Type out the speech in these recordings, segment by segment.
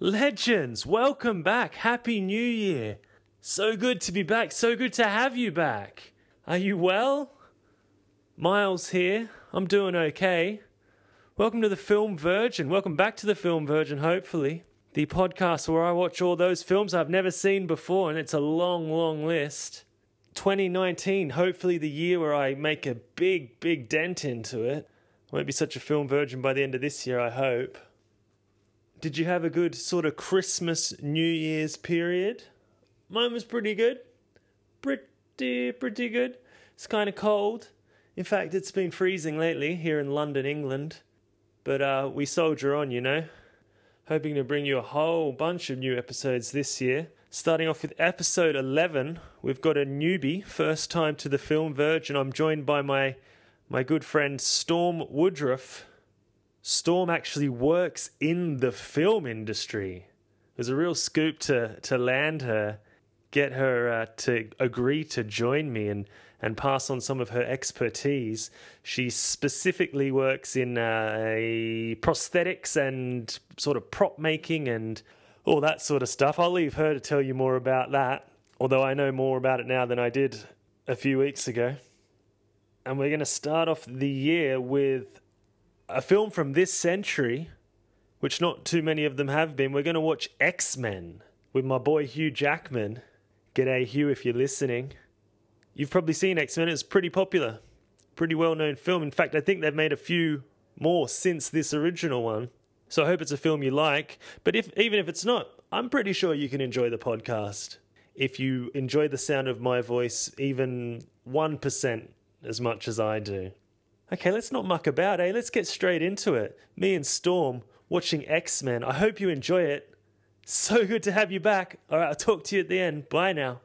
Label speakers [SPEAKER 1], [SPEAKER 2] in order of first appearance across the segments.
[SPEAKER 1] Legends, welcome back. Happy New Year. So good to be back. So good to have you back. Are you well? Miles here. I'm doing okay. Welcome to the Film Virgin. Welcome back to the Film Virgin, hopefully. The podcast where I watch all those films I've never seen before, and it's a long, long list. 2019, hopefully the year where I make a big, big dent into it. I won't be such a film virgin by the end of this year, I hope. Did you have a good sort of Christmas, New Year's period? Mine was pretty good. Pretty, pretty good. It's kind of cold. In fact, it's been freezing lately here in London, England. But uh, we soldier on, you know. Hoping to bring you a whole bunch of new episodes this year. Starting off with episode 11, we've got a newbie, first time to the Film Verge, and I'm joined by my, my good friend Storm Woodruff. Storm actually works in the film industry. It was a real scoop to to land her, get her uh, to agree to join me and and pass on some of her expertise. She specifically works in uh, a prosthetics and sort of prop making and all that sort of stuff. I'll leave her to tell you more about that. Although I know more about it now than I did a few weeks ago. And we're going to start off the year with a film from this century, which not too many of them have been. We're going to watch X Men with my boy Hugh Jackman. G'day, Hugh, if you're listening. You've probably seen X Men, it's pretty popular, pretty well known film. In fact, I think they've made a few more since this original one. So I hope it's a film you like. But if, even if it's not, I'm pretty sure you can enjoy the podcast. If you enjoy the sound of my voice, even 1% as much as I do. Okay, let's not muck about, eh? Let's get straight into it. Me and Storm watching X Men. I hope you enjoy it. So good to have you back. All right, I'll talk to you at the end. Bye now.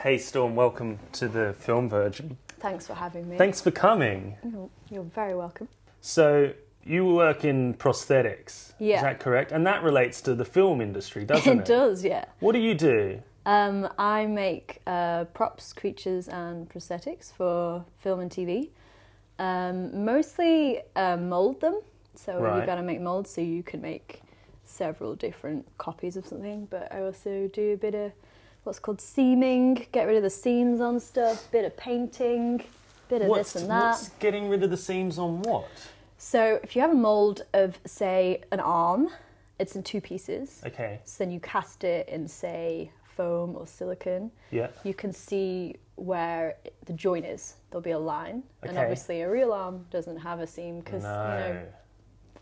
[SPEAKER 1] Hey, Storm, welcome to the Film Virgin.
[SPEAKER 2] Thanks for having me.
[SPEAKER 1] Thanks for coming.
[SPEAKER 2] You're, you're very welcome.
[SPEAKER 1] So, you work in prosthetics. Is
[SPEAKER 2] Yeah.
[SPEAKER 1] that correct? And that relates to the film industry, doesn't it?
[SPEAKER 2] it does, yeah.
[SPEAKER 1] What do you do?
[SPEAKER 2] Um, I make uh, props, creatures, and prosthetics for film and TV. Um, mostly uh, mold them. So
[SPEAKER 1] Right.
[SPEAKER 2] you've got to make molds so you can make several different copies of something. But I also do a bit of what's called seaming, get rid of the seams on stuff, bit of painting, bit of
[SPEAKER 1] What's,
[SPEAKER 2] this and that.
[SPEAKER 1] what's getting rid of the seams on what?
[SPEAKER 2] So if you have a mold of, say, an arm, it's in two pieces.
[SPEAKER 1] Okay.
[SPEAKER 2] So then you cast it in, say, foam or silicone.
[SPEAKER 1] Yeah.
[SPEAKER 2] You can see where the joint is. There'll be a line, and
[SPEAKER 1] Okay.
[SPEAKER 2] obviously a real arm doesn't have a seam because you know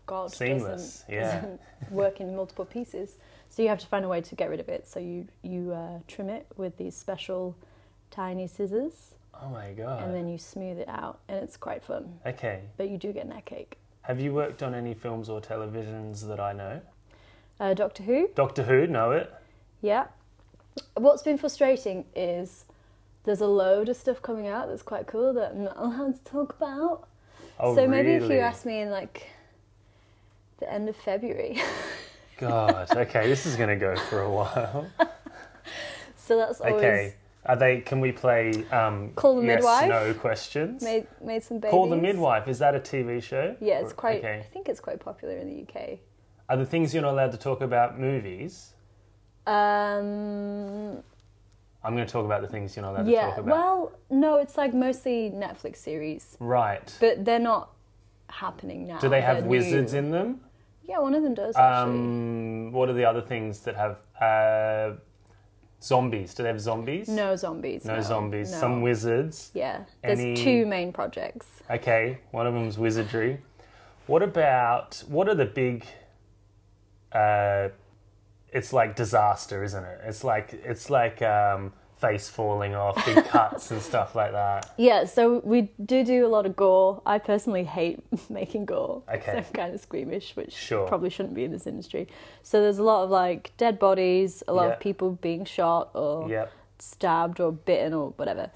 [SPEAKER 2] God
[SPEAKER 1] Seamless,
[SPEAKER 2] doesn't,
[SPEAKER 1] yeah.
[SPEAKER 2] doesn't work in multiple pieces. So you have to find a way to get rid of it. So you you uh, trim it with these special tiny scissors,
[SPEAKER 1] Oh my god.
[SPEAKER 2] and then you smooth it out, and it's quite fun.
[SPEAKER 1] okay.
[SPEAKER 2] But you do get neck ache.
[SPEAKER 1] Have you worked on any films or televisions that I know?
[SPEAKER 2] Uh, Doctor Who,
[SPEAKER 1] Doctor Who, know it.
[SPEAKER 2] Yeah. What's been frustrating is there's a load of stuff coming out that's quite cool that I'm not allowed to talk about.
[SPEAKER 1] Oh,
[SPEAKER 2] so maybe if you
[SPEAKER 1] really?
[SPEAKER 2] ask me in like the end of February.
[SPEAKER 1] God, okay, this is going to go for a while.
[SPEAKER 2] so that's always
[SPEAKER 1] Okay. Are they? Can we play? Um,
[SPEAKER 2] Call the
[SPEAKER 1] yes,
[SPEAKER 2] Midwife?
[SPEAKER 1] No questions.
[SPEAKER 2] made made some babies.
[SPEAKER 1] Call the midwife. Is that a TV show?
[SPEAKER 2] Yeah, it's
[SPEAKER 1] Or-
[SPEAKER 2] quite I
[SPEAKER 1] Okay.
[SPEAKER 2] think it's quite popular in the UK.
[SPEAKER 1] Are the things you're not allowed to talk about movies?
[SPEAKER 2] Um
[SPEAKER 1] I'm going to talk about the things you're not allowed to talk
[SPEAKER 2] yeah.
[SPEAKER 1] about.
[SPEAKER 2] Well, no, it's like mostly Netflix series,
[SPEAKER 1] right.
[SPEAKER 2] but they're not happening now.
[SPEAKER 1] Do they have wizards
[SPEAKER 2] in
[SPEAKER 1] in them?
[SPEAKER 2] Yeah, one of them does actually.
[SPEAKER 1] Um, what are the other things that have uh, zombies? Do they have zombies?
[SPEAKER 2] no zombies.
[SPEAKER 1] No, zombies.
[SPEAKER 2] no.
[SPEAKER 1] Some wizards.
[SPEAKER 2] Yeah, there's
[SPEAKER 1] Any-
[SPEAKER 2] two main projects.
[SPEAKER 1] Okay, one of them's wizardry. What about what are the big? Uh, it's like disaster, isn't it? It's like it's like um, face falling off, big cuts and stuff like that.
[SPEAKER 2] Yeah, so we do do a lot of gore. I personally hate making gore. 'cause
[SPEAKER 1] Okay.
[SPEAKER 2] I'm kind of squeamish, which
[SPEAKER 1] Sure.
[SPEAKER 2] probably shouldn't be in this industry. So there's a lot of like dead bodies, a lot
[SPEAKER 1] Yeah.
[SPEAKER 2] of people being shot or
[SPEAKER 1] Yep.
[SPEAKER 2] stabbed or bitten or whatever.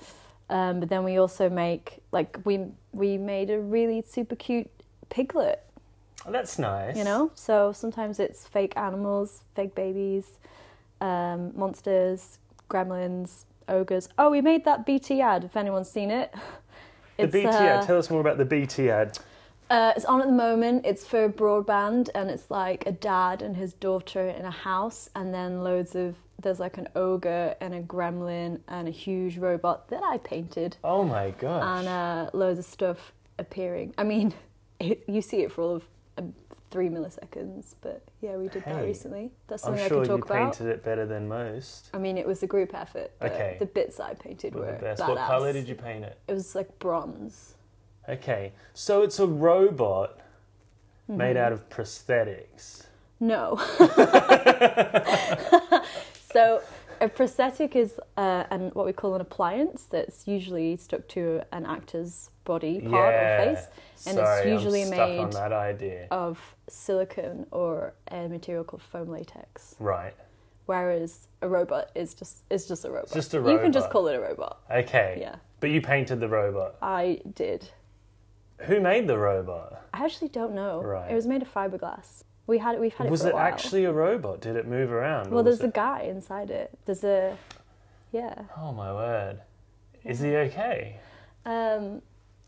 [SPEAKER 2] Um, but then we also make like we we made a really super cute piglet,
[SPEAKER 1] Well, Oh, that's nice.
[SPEAKER 2] you know. So sometimes it's fake animals, fake babies, um, monsters, gremlins, ogres. Oh, we made that BT ad. If anyone's seen it,
[SPEAKER 1] The BT ad.
[SPEAKER 2] uh,
[SPEAKER 1] Tell us more about the BT ad.
[SPEAKER 2] uh, it's on at the moment. It's for broadband, and it's like a dad and his daughter in a house, and then loads of there's like an ogre and a gremlin and a huge robot that I painted,
[SPEAKER 1] Oh my gosh.
[SPEAKER 2] and uh, loads of stuff appearing. I mean, it, you see it for all of um, three milliseconds, but yeah, we did that
[SPEAKER 1] Hey,
[SPEAKER 2] recently. That's
[SPEAKER 1] I'm
[SPEAKER 2] something
[SPEAKER 1] sure
[SPEAKER 2] I can
[SPEAKER 1] you
[SPEAKER 2] talk about.
[SPEAKER 1] painted it better than most.
[SPEAKER 2] I mean, it was a group effort. but
[SPEAKER 1] Okay.
[SPEAKER 2] The bits I painted
[SPEAKER 1] Were
[SPEAKER 2] were
[SPEAKER 1] the best.
[SPEAKER 2] badass.
[SPEAKER 1] What colour did you paint it?
[SPEAKER 2] It was like bronze.
[SPEAKER 1] Okay, so it's a robot made
[SPEAKER 2] Mm-hmm.
[SPEAKER 1] out of prosthetics.
[SPEAKER 2] No. so a prosthetic is uh, an, what we call an appliance that's usually stuck to an actor's body part or face, and
[SPEAKER 1] Sorry,
[SPEAKER 2] it's usually
[SPEAKER 1] I'm stuck on
[SPEAKER 2] made
[SPEAKER 1] that idea.
[SPEAKER 2] of silicone or a material called foam latex.
[SPEAKER 1] Right.
[SPEAKER 2] Whereas a robot is just is just a robot.
[SPEAKER 1] just a
[SPEAKER 2] You can just
[SPEAKER 1] robot.
[SPEAKER 2] call it a robot.
[SPEAKER 1] Okay.
[SPEAKER 2] Yeah.
[SPEAKER 1] But you painted the robot.
[SPEAKER 2] I did.
[SPEAKER 1] Who made the robot?
[SPEAKER 2] I actually don't know.
[SPEAKER 1] Right.
[SPEAKER 2] It was made of fiberglass. We had it. We've had it.
[SPEAKER 1] was
[SPEAKER 2] for a
[SPEAKER 1] it
[SPEAKER 2] while.
[SPEAKER 1] actually a robot? Did it move around? or
[SPEAKER 2] Well,
[SPEAKER 1] was
[SPEAKER 2] there's a
[SPEAKER 1] it-
[SPEAKER 2] guy inside it. There's a, yeah.
[SPEAKER 1] Oh my word. Is he okay?
[SPEAKER 2] Um,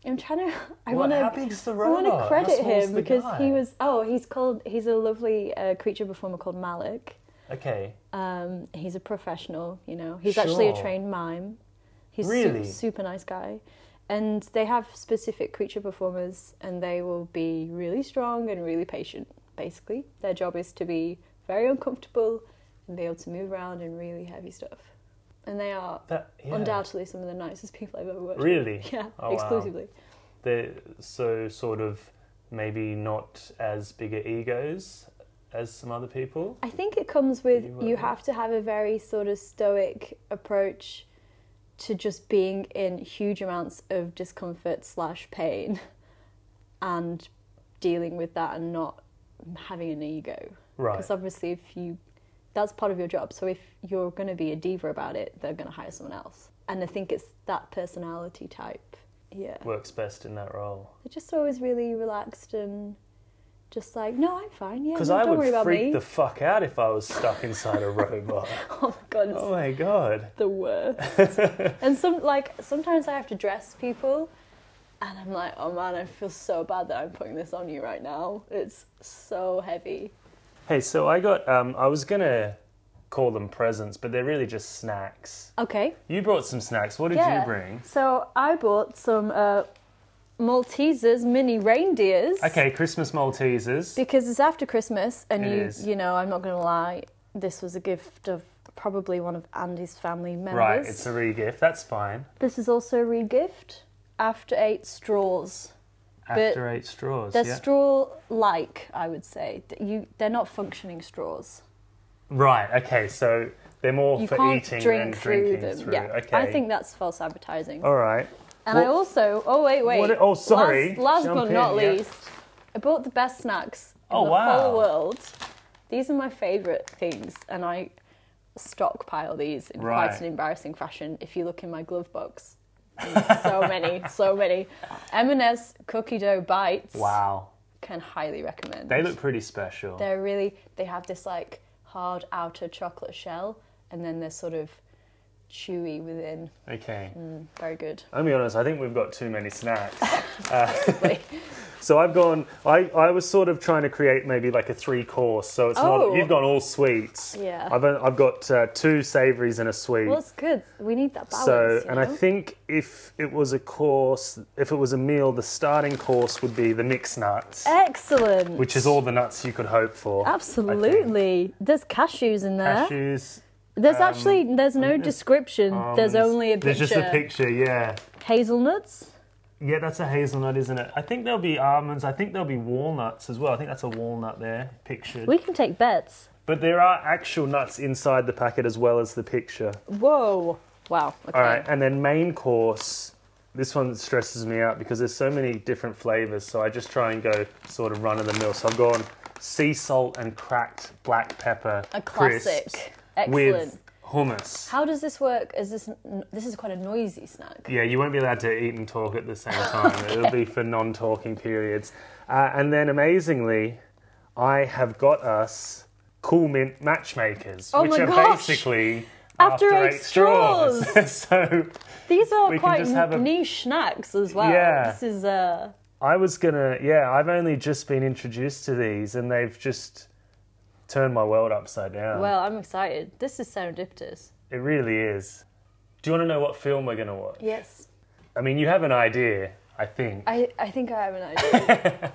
[SPEAKER 2] I'm trying to. I
[SPEAKER 1] What-
[SPEAKER 2] want
[SPEAKER 1] How
[SPEAKER 2] to.
[SPEAKER 1] big's the
[SPEAKER 2] I
[SPEAKER 1] robot?
[SPEAKER 2] want to
[SPEAKER 1] How
[SPEAKER 2] credit
[SPEAKER 1] small's
[SPEAKER 2] him
[SPEAKER 1] the
[SPEAKER 2] because
[SPEAKER 1] guy?
[SPEAKER 2] he was. Oh, he's called. He's a lovely uh, creature performer called Malik.
[SPEAKER 1] Okay.
[SPEAKER 2] Um, he's a professional. You know, he's actually a
[SPEAKER 1] Sure.
[SPEAKER 2] trained mime. He's su-
[SPEAKER 1] Really?
[SPEAKER 2] super nice guy, and they have specific creature performers, and they will be really strong and really patient. Basically, their job is to be very uncomfortable and be able to move around in really heavy stuff, and they are.
[SPEAKER 1] That, yeah.
[SPEAKER 2] Undoubtedly, some of the nicest people I've ever worked with.
[SPEAKER 1] Really?
[SPEAKER 2] Yeah,
[SPEAKER 1] Oh, wow.
[SPEAKER 2] exclusively.
[SPEAKER 1] They're so sort of maybe not as big a egos as some other people.
[SPEAKER 2] I think it comes with
[SPEAKER 1] You
[SPEAKER 2] you,
[SPEAKER 1] were-
[SPEAKER 2] have to have a very sort of stoic approach to just being in huge amounts of discomfort slash pain and dealing with that and not having an ego.
[SPEAKER 1] Right.
[SPEAKER 2] Because obviously, if you that's part of your job. So if you're going to be a diva about it, they're going to hire someone else. And I think it's that personality type. Yeah.
[SPEAKER 1] Works best in that role.
[SPEAKER 2] They're just always really relaxed and just like, no, I'm fine. Yeah,
[SPEAKER 1] Because
[SPEAKER 2] no,
[SPEAKER 1] I
[SPEAKER 2] don't worry
[SPEAKER 1] would
[SPEAKER 2] about
[SPEAKER 1] freak
[SPEAKER 2] me.
[SPEAKER 1] the fuck out if I was stuck inside a robot.
[SPEAKER 2] oh my god, it's
[SPEAKER 1] Oh my god.
[SPEAKER 2] the worst. and some like sometimes I have to dress people, and I'm like, oh man, I feel so bad that I'm putting this on you right now. It's so heavy.
[SPEAKER 1] Hey, so I got. Um, I was gonna call them presents, but they're really just snacks.
[SPEAKER 2] Okay.
[SPEAKER 1] You brought some snacks. What did
[SPEAKER 2] yeah.
[SPEAKER 1] you bring?
[SPEAKER 2] So I bought some uh, Maltesers mini reindeers.
[SPEAKER 1] Okay, Christmas Maltesers.
[SPEAKER 2] Because it's after Christmas, and
[SPEAKER 1] It
[SPEAKER 2] you
[SPEAKER 1] is.
[SPEAKER 2] you know I'm not gonna lie, this was a gift of probably one of Andy's family members.
[SPEAKER 1] Right, it's a re-gift. That's fine.
[SPEAKER 2] This is also a re-gift. After eight straws.
[SPEAKER 1] After eight straws.
[SPEAKER 2] They're
[SPEAKER 1] yeah.
[SPEAKER 2] straw like, I would say. Th- You, they're not functioning straws.
[SPEAKER 1] right. Okay, so they're more
[SPEAKER 2] You
[SPEAKER 1] Oh, for
[SPEAKER 2] can't
[SPEAKER 1] eating
[SPEAKER 2] drink
[SPEAKER 1] and
[SPEAKER 2] through
[SPEAKER 1] drinking
[SPEAKER 2] them.
[SPEAKER 1] through.
[SPEAKER 2] Yeah,
[SPEAKER 1] Okay.
[SPEAKER 2] I think that's false advertising.
[SPEAKER 1] All right.
[SPEAKER 2] and I
[SPEAKER 1] What-
[SPEAKER 2] also, oh wait, wait.
[SPEAKER 1] What- oh, sorry.
[SPEAKER 2] Last, last
[SPEAKER 1] Jump
[SPEAKER 2] but
[SPEAKER 1] in,
[SPEAKER 2] not
[SPEAKER 1] yeah.
[SPEAKER 2] least, I bought the best snacks in
[SPEAKER 1] Oh,
[SPEAKER 2] the
[SPEAKER 1] wow.
[SPEAKER 2] whole world. These are my favourite things, and I stockpile these in
[SPEAKER 1] Right.
[SPEAKER 2] quite an embarrassing fashion. If you look in my glove box, Mm, so many, so many. M&S cookie dough bites.
[SPEAKER 1] Wow.
[SPEAKER 2] Can highly recommend.
[SPEAKER 1] They look pretty special.
[SPEAKER 2] They're really they have this like hard outer chocolate shell and then they're sort of chewy within.
[SPEAKER 1] okay.
[SPEAKER 2] Mm, very good.
[SPEAKER 1] I'll be honest. I think we've got too many snacks. Uh,
[SPEAKER 2] Like,
[SPEAKER 1] So I've gone. I, I was sort of trying to create maybe like a three course. So it's
[SPEAKER 2] Oh.
[SPEAKER 1] not. You've gone all sweets.
[SPEAKER 2] Yeah.
[SPEAKER 1] I've I've got uh, two savouries and a sweet.
[SPEAKER 2] well, it's good. We need that balance.
[SPEAKER 1] so
[SPEAKER 2] you
[SPEAKER 1] and I
[SPEAKER 2] know?
[SPEAKER 1] think if it was a course, if it was a meal, the starting course would be the mixed nuts,
[SPEAKER 2] Eh. excellent.
[SPEAKER 1] which is all the nuts you could hope for. I think.
[SPEAKER 2] Absolutely. There's cashews in there.
[SPEAKER 1] Cashews.
[SPEAKER 2] there's
[SPEAKER 1] um,
[SPEAKER 2] actually there's no description. there's
[SPEAKER 1] almonds.
[SPEAKER 2] only a
[SPEAKER 1] There's
[SPEAKER 2] picture.
[SPEAKER 1] just a picture. Yeah.
[SPEAKER 2] Hazelnuts.
[SPEAKER 1] Yeah, that's a hazelnut, isn't it? I think there'll be almonds. I think there'll be walnuts as well. I think that's a walnut there pictured.
[SPEAKER 2] We can take bets.
[SPEAKER 1] But there are actual nuts inside the packet as well as the picture.
[SPEAKER 2] Whoa. Wow. Okay.
[SPEAKER 1] All right, and then main course. This one stresses me out because there's so many different flavors, so I just try and go sort of run of the mill. So I've gone sea salt and cracked black pepper.
[SPEAKER 2] A classic.
[SPEAKER 1] crisps
[SPEAKER 2] Excellent.
[SPEAKER 1] With hummus.
[SPEAKER 2] How does this work? Is this this is quite a noisy snack?
[SPEAKER 1] Yeah, you won't be allowed to eat and talk at the same time. It'll be for non talking periods. Uh, and then amazingly, I have got us cool mint matchmakers,
[SPEAKER 2] Oh
[SPEAKER 1] which
[SPEAKER 2] my
[SPEAKER 1] are
[SPEAKER 2] gosh.
[SPEAKER 1] basically
[SPEAKER 2] After eight
[SPEAKER 1] so
[SPEAKER 2] These are
[SPEAKER 1] We can
[SPEAKER 2] quite
[SPEAKER 1] just have a-
[SPEAKER 2] niche snacks as well.
[SPEAKER 1] Yeah.
[SPEAKER 2] This is uh
[SPEAKER 1] I was gonna, yeah, I've only just been introduced to these and they've just turned my world upside down.
[SPEAKER 2] well, I'm excited. This is serendipitous.
[SPEAKER 1] it really is. Do you want to know what film we're gonna watch?
[SPEAKER 2] Yes.
[SPEAKER 1] I mean, you have an idea, I think.
[SPEAKER 2] I, I think I have an idea.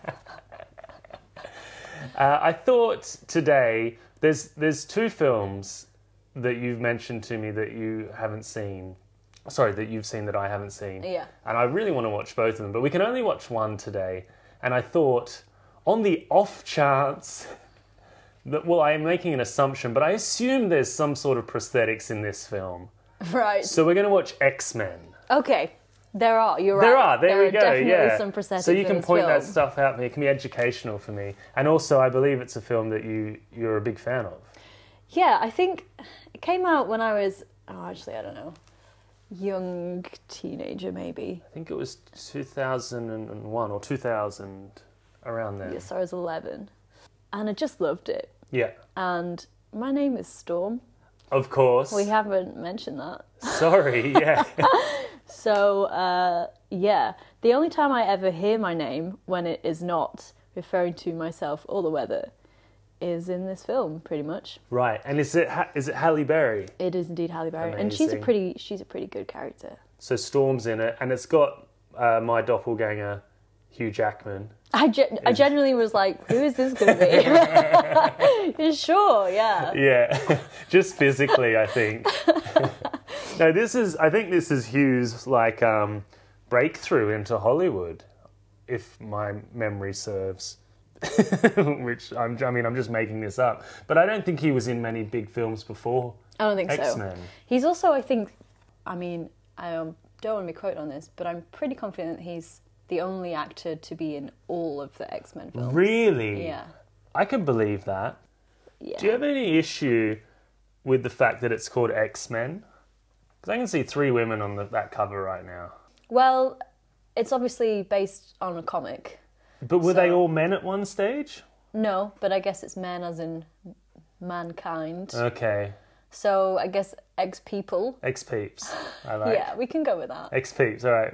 [SPEAKER 1] Uh, I thought today there's there's two films that you've mentioned to me that you haven't seen. Sorry, that you've seen that I haven't seen.
[SPEAKER 2] Yeah.
[SPEAKER 1] And I really want to watch both of them, but we can only watch one today. And I thought, on the off chance that well, I'm making an assumption, but I assume there's some sort of prosthetics in this film.
[SPEAKER 2] right.
[SPEAKER 1] So we're going to watch X Men.
[SPEAKER 2] Okay. There are, you're
[SPEAKER 1] There
[SPEAKER 2] right.
[SPEAKER 1] are. There,
[SPEAKER 2] there
[SPEAKER 1] we
[SPEAKER 2] are
[SPEAKER 1] go.
[SPEAKER 2] definitely
[SPEAKER 1] yeah.
[SPEAKER 2] some prosthetics.
[SPEAKER 1] so you can
[SPEAKER 2] in this
[SPEAKER 1] point
[SPEAKER 2] film.
[SPEAKER 1] that stuff out. to me. It can be educational for me, and also I believe it's a film that you you're a big fan of.
[SPEAKER 2] Yeah, I think it came out when I was oh actually I don't know. Young teenager maybe.
[SPEAKER 1] I think it was 2001 or 2000, around there.
[SPEAKER 2] Yes, I was eleven. And I just loved it.
[SPEAKER 1] Yeah.
[SPEAKER 2] And my name is Storm.
[SPEAKER 1] Of course.
[SPEAKER 2] We haven't mentioned that.
[SPEAKER 1] Sorry. Yeah.
[SPEAKER 2] So, uh, yeah, the only time I ever hear my name when it is not referring to myself or the weather is in this film, pretty much.
[SPEAKER 1] right. And is it ha- is it Halle Berry?
[SPEAKER 2] It is indeed Halle Berry, and she's a
[SPEAKER 1] Amazing.
[SPEAKER 2] pretty she's a pretty good character.
[SPEAKER 1] So Storm's in it, and it's got uh, my doppelganger, Hugh Jackman.
[SPEAKER 2] I, gen- I generally was like, who is this going to be? sure, yeah.
[SPEAKER 1] Yeah, just physically, I think. no, this is. I think this is Hugh's like um, breakthrough into Hollywood, if my memory serves. Which I'm. I mean, I'm just making this up, but I don't think he was in many big films before.
[SPEAKER 2] I don't think so.
[SPEAKER 1] X-Men.
[SPEAKER 2] He's also, I think, I mean, I um, don't want to be quoted on this, but I'm pretty confident that he's the only actor to be in all of the X Men films.
[SPEAKER 1] Really?
[SPEAKER 2] Yeah.
[SPEAKER 1] I can believe that.
[SPEAKER 2] Yeah.
[SPEAKER 1] Do you have any issue with the fact that it's called X Men? Because I can see three women on the, that cover right now.
[SPEAKER 2] Well, it's obviously based on a comic.
[SPEAKER 1] But were
[SPEAKER 2] So-
[SPEAKER 1] they all men at one stage?
[SPEAKER 2] No, but I guess it's men as in mankind.
[SPEAKER 1] Uh. Okay.
[SPEAKER 2] so I guess ex people.
[SPEAKER 1] X peeps. I like
[SPEAKER 2] Yeah, we can go with that.
[SPEAKER 1] X peeps. All right,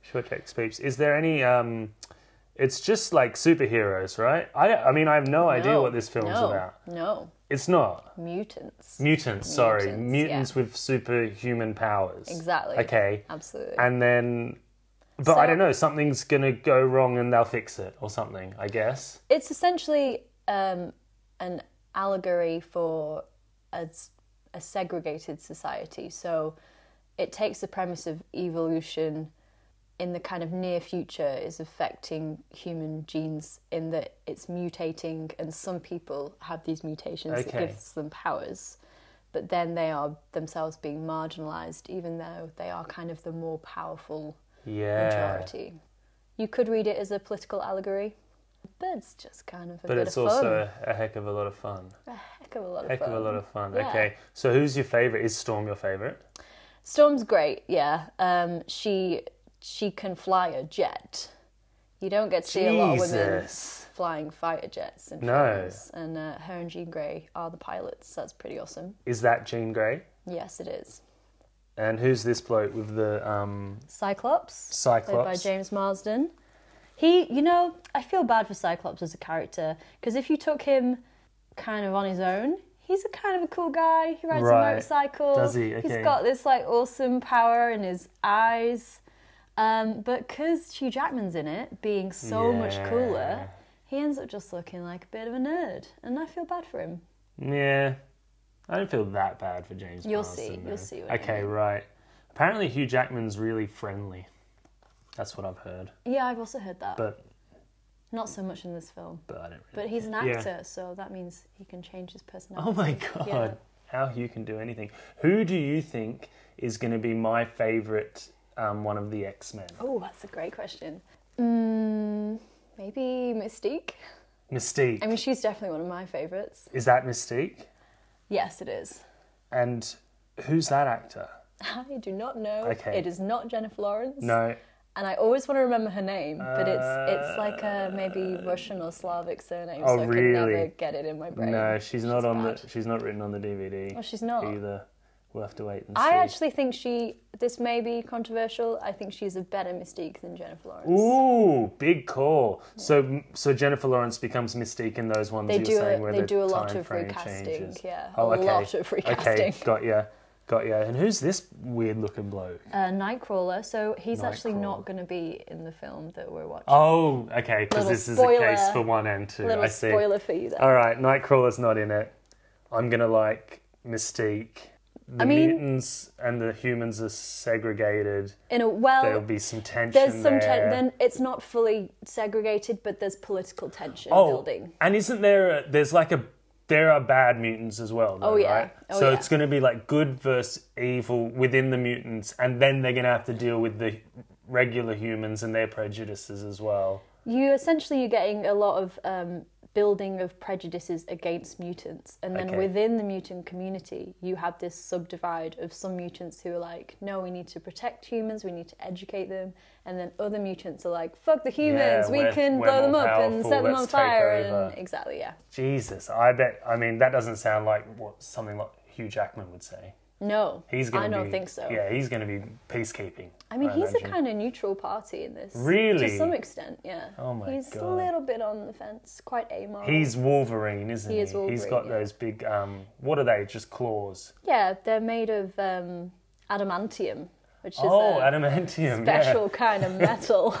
[SPEAKER 1] short X peeps. Is there any? um It's just like superheroes, right? I I mean, I have no, idea
[SPEAKER 2] No,
[SPEAKER 1] what this film's
[SPEAKER 2] no,
[SPEAKER 1] about.
[SPEAKER 2] No,
[SPEAKER 1] It's not
[SPEAKER 2] mutants.
[SPEAKER 1] mutants. Sorry, mutants,
[SPEAKER 2] Mutants, yeah.
[SPEAKER 1] with superhuman powers.
[SPEAKER 2] Exactly.
[SPEAKER 1] Okay,
[SPEAKER 2] Absolutely.
[SPEAKER 1] and then. But I
[SPEAKER 2] So-
[SPEAKER 1] don't know. Something's gonna go wrong, and they'll fix it, or something. I guess.
[SPEAKER 2] it's essentially um, an allegory for a, s- a segregated society. So it takes the premise of evolution in the kind of near future is affecting human genes in that it's mutating, and some people have these mutations
[SPEAKER 1] Okay.
[SPEAKER 2] that gives them powers. But then they are themselves being marginalized, even though they are kind of the more powerful
[SPEAKER 1] Yeah.
[SPEAKER 2] majority. You could read it as a political allegory, but it's just kind of a
[SPEAKER 1] But
[SPEAKER 2] bit
[SPEAKER 1] it's
[SPEAKER 2] of
[SPEAKER 1] also a, a heck of a lot of fun.
[SPEAKER 2] fun. A heck of a lot of
[SPEAKER 1] Heck
[SPEAKER 2] fun.
[SPEAKER 1] of a lot of fun.
[SPEAKER 2] Yeah.
[SPEAKER 1] Okay. So who's your favorite? Is Storm your favorite?
[SPEAKER 2] Storm's great, yeah. Um, she she can fly a jet. You don't get to see a lot of women
[SPEAKER 1] Jesus.
[SPEAKER 2] flying fighter jets and
[SPEAKER 1] No.
[SPEAKER 2] films. And uh, her and Jean Grey are the pilots. so that's pretty awesome.
[SPEAKER 1] Is that Jean Grey?
[SPEAKER 2] Yes, it is.
[SPEAKER 1] And who's this bloke with the um,
[SPEAKER 2] Cyclops, played by
[SPEAKER 1] Cyclops?
[SPEAKER 2] James Marsden. He, you know, I feel bad for Cyclops as a character because if you took him kind of on his own, he's a kind of a cool guy. He rides
[SPEAKER 1] Right.
[SPEAKER 2] a motorcycle.
[SPEAKER 1] Does he? Okay.
[SPEAKER 2] He's got this like awesome power in his eyes. Um, but because Hugh Jackman's in it, being so much
[SPEAKER 1] Yeah.
[SPEAKER 2] cooler, he ends up just looking like a bit of a nerd, and I feel bad for him.
[SPEAKER 1] Yeah, I don't feel that bad for James.
[SPEAKER 2] You'll
[SPEAKER 1] Marsden,
[SPEAKER 2] see,
[SPEAKER 1] though.
[SPEAKER 2] you'll see what I
[SPEAKER 1] okay,
[SPEAKER 2] mean.
[SPEAKER 1] right. Apparently, Hugh Jackman's really friendly. That's what I've heard,
[SPEAKER 2] Yeah, I've also heard that.
[SPEAKER 1] but
[SPEAKER 2] Not so much in this film,
[SPEAKER 1] but I don't. Really
[SPEAKER 2] but he's an
[SPEAKER 1] Yeah.
[SPEAKER 2] actor, so that means he can change his personality.
[SPEAKER 1] Oh my god! how Hugh can do anything. Who do you think is going to be my favourite um, one of the X Men?
[SPEAKER 2] Oh, that's a great question. Mm, maybe Mystique.
[SPEAKER 1] Mystique.
[SPEAKER 2] I mean, she's definitely one of my favourites.
[SPEAKER 1] is that Mystique?
[SPEAKER 2] Yes, it is.
[SPEAKER 1] And who's that actor?
[SPEAKER 2] I do not know.
[SPEAKER 1] Okay.
[SPEAKER 2] It is not Jennifer Lawrence.
[SPEAKER 1] No.
[SPEAKER 2] And I always want to remember her name, but it's it's like a maybe Russian or Slavic surname,
[SPEAKER 1] Uh, Oh,
[SPEAKER 2] so I could
[SPEAKER 1] really?
[SPEAKER 2] never get it in my brain.
[SPEAKER 1] No, she's not on
[SPEAKER 2] bad. Oh,
[SPEAKER 1] the. She's not written on the DVD.
[SPEAKER 2] Well, she's not.
[SPEAKER 1] either. We'll have to wait and see.
[SPEAKER 2] I actually think she. This may be controversial. I think she's a better Mystique than Jennifer Lawrence.
[SPEAKER 1] Ooh, big call. So, so Jennifer Lawrence becomes Mystique in those ones
[SPEAKER 2] They
[SPEAKER 1] you're
[SPEAKER 2] do
[SPEAKER 1] saying
[SPEAKER 2] a-
[SPEAKER 1] where
[SPEAKER 2] they
[SPEAKER 1] the
[SPEAKER 2] do a lot
[SPEAKER 1] time
[SPEAKER 2] of
[SPEAKER 1] frame
[SPEAKER 2] recasting,
[SPEAKER 1] changes.
[SPEAKER 2] yeah,
[SPEAKER 1] oh,
[SPEAKER 2] a
[SPEAKER 1] okay.
[SPEAKER 2] lot of recasting.
[SPEAKER 1] Okay, got ya, got ya. And who's this weird-looking bloke?
[SPEAKER 2] Uh, Nightcrawler. So he's actually
[SPEAKER 1] Nightcrawler.
[SPEAKER 2] not going to be in the film that we're watching.
[SPEAKER 1] Oh, okay, because
[SPEAKER 2] Little
[SPEAKER 1] this is a
[SPEAKER 2] spoiler.
[SPEAKER 1] case for one and two.
[SPEAKER 2] Little
[SPEAKER 1] I see. Uh,
[SPEAKER 2] spoiler for you there.
[SPEAKER 1] All right, Nightcrawler's not in it. I'm gonna like Mystique. The
[SPEAKER 2] I mean-
[SPEAKER 1] mutants and the humans are segregated.
[SPEAKER 2] in a
[SPEAKER 1] There'll
[SPEAKER 2] well,
[SPEAKER 1] be some tension
[SPEAKER 2] there's some
[SPEAKER 1] there.
[SPEAKER 2] ten- then it's not fully segregated, but there's political tension
[SPEAKER 1] Oh.
[SPEAKER 2] building.
[SPEAKER 1] And isn't there a, there's like a there are bad mutants as well. Though,
[SPEAKER 2] Oh, yeah.
[SPEAKER 1] Right?
[SPEAKER 2] Oh,
[SPEAKER 1] so
[SPEAKER 2] yeah.
[SPEAKER 1] it's going to be like good versus evil within the mutants, and then they're going to have to deal with the regular humans and their prejudices as well.
[SPEAKER 2] You essentially you're getting a lot of um, building of prejudices against mutants, and then
[SPEAKER 1] Okay.
[SPEAKER 2] within the mutant community, you have this subdivide of some mutants who are like, "No, we need to protect humans, we need to educate them," and then other mutants are like, "Fuck the humans, we
[SPEAKER 1] we're-
[SPEAKER 2] can
[SPEAKER 1] we're
[SPEAKER 2] blow them
[SPEAKER 1] more
[SPEAKER 2] up and
[SPEAKER 1] powerful,
[SPEAKER 2] set them
[SPEAKER 1] let's
[SPEAKER 2] on
[SPEAKER 1] take
[SPEAKER 2] fire."
[SPEAKER 1] over.
[SPEAKER 2] And exactly, yeah.
[SPEAKER 1] Jesus, I bet. I mean, that doesn't sound like what something like Hugh Jackman would say.
[SPEAKER 2] No,
[SPEAKER 1] He's going.
[SPEAKER 2] I don't
[SPEAKER 1] be,
[SPEAKER 2] think so.
[SPEAKER 1] Yeah, he's going to be peacekeeping.
[SPEAKER 2] I mean, he's
[SPEAKER 1] imagine.
[SPEAKER 2] a kind of neutral party in this,
[SPEAKER 1] Really?
[SPEAKER 2] to some extent. Yeah.
[SPEAKER 1] Oh my
[SPEAKER 2] he's a
[SPEAKER 1] God.
[SPEAKER 2] little bit on the fence, quite amoral.
[SPEAKER 1] He's Wolverine, isn't he?
[SPEAKER 2] He is
[SPEAKER 1] he's
[SPEAKER 2] Wolverine,
[SPEAKER 1] got
[SPEAKER 2] yeah.
[SPEAKER 1] those big. Um, what are they? Just claws.
[SPEAKER 2] yeah, they're made of um, adamantium, which is
[SPEAKER 1] oh,
[SPEAKER 2] a
[SPEAKER 1] adamantium. yeah.
[SPEAKER 2] uh, special kind of metal.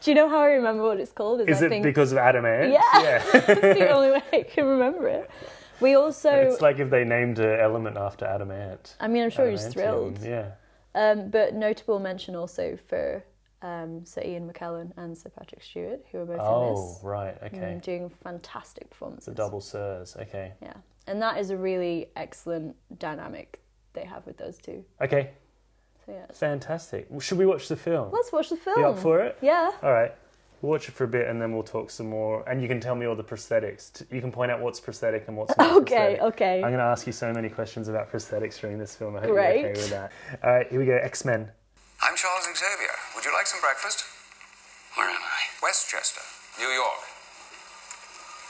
[SPEAKER 2] Do you know how I remember what it's called?
[SPEAKER 1] Is
[SPEAKER 2] I
[SPEAKER 1] it because of Adamant?
[SPEAKER 2] Yeah. it's the only way I can remember it. We also,
[SPEAKER 1] It's like if they named an element after Adamant.
[SPEAKER 2] I mean, I'm sure he's
[SPEAKER 1] Adamantium,
[SPEAKER 2] thrilled.
[SPEAKER 1] Yeah.
[SPEAKER 2] Um, but notable mention also for um, Sir Ian McKellen and Sir Patrick Stewart, who are both in this.
[SPEAKER 1] Oh, right. Okay.
[SPEAKER 2] um, doing fantastic performances.
[SPEAKER 1] The double sirs. Okay.
[SPEAKER 2] Yeah, and that is a really excellent dynamic they have with those two.
[SPEAKER 1] Okay.
[SPEAKER 2] So yeah, it's-
[SPEAKER 1] Fantastic. Well, should we watch the film?
[SPEAKER 2] let's watch the film.
[SPEAKER 1] You up for it?
[SPEAKER 2] Yeah,
[SPEAKER 1] All right. We'll watch it for a bit and then we'll talk some more. And you can tell me all the prosthetics. T- You can point out what's prosthetic and what's not
[SPEAKER 2] Okay,
[SPEAKER 1] prosthetic.
[SPEAKER 2] okay.
[SPEAKER 1] I'm going to ask you so many questions about prosthetics during this film. I hope you're okay
[SPEAKER 2] Great.
[SPEAKER 1] with that. All right. Here we go. X Men.
[SPEAKER 3] I'm Charles Xavier. Would you like some breakfast? Where am I? Westchester, New York.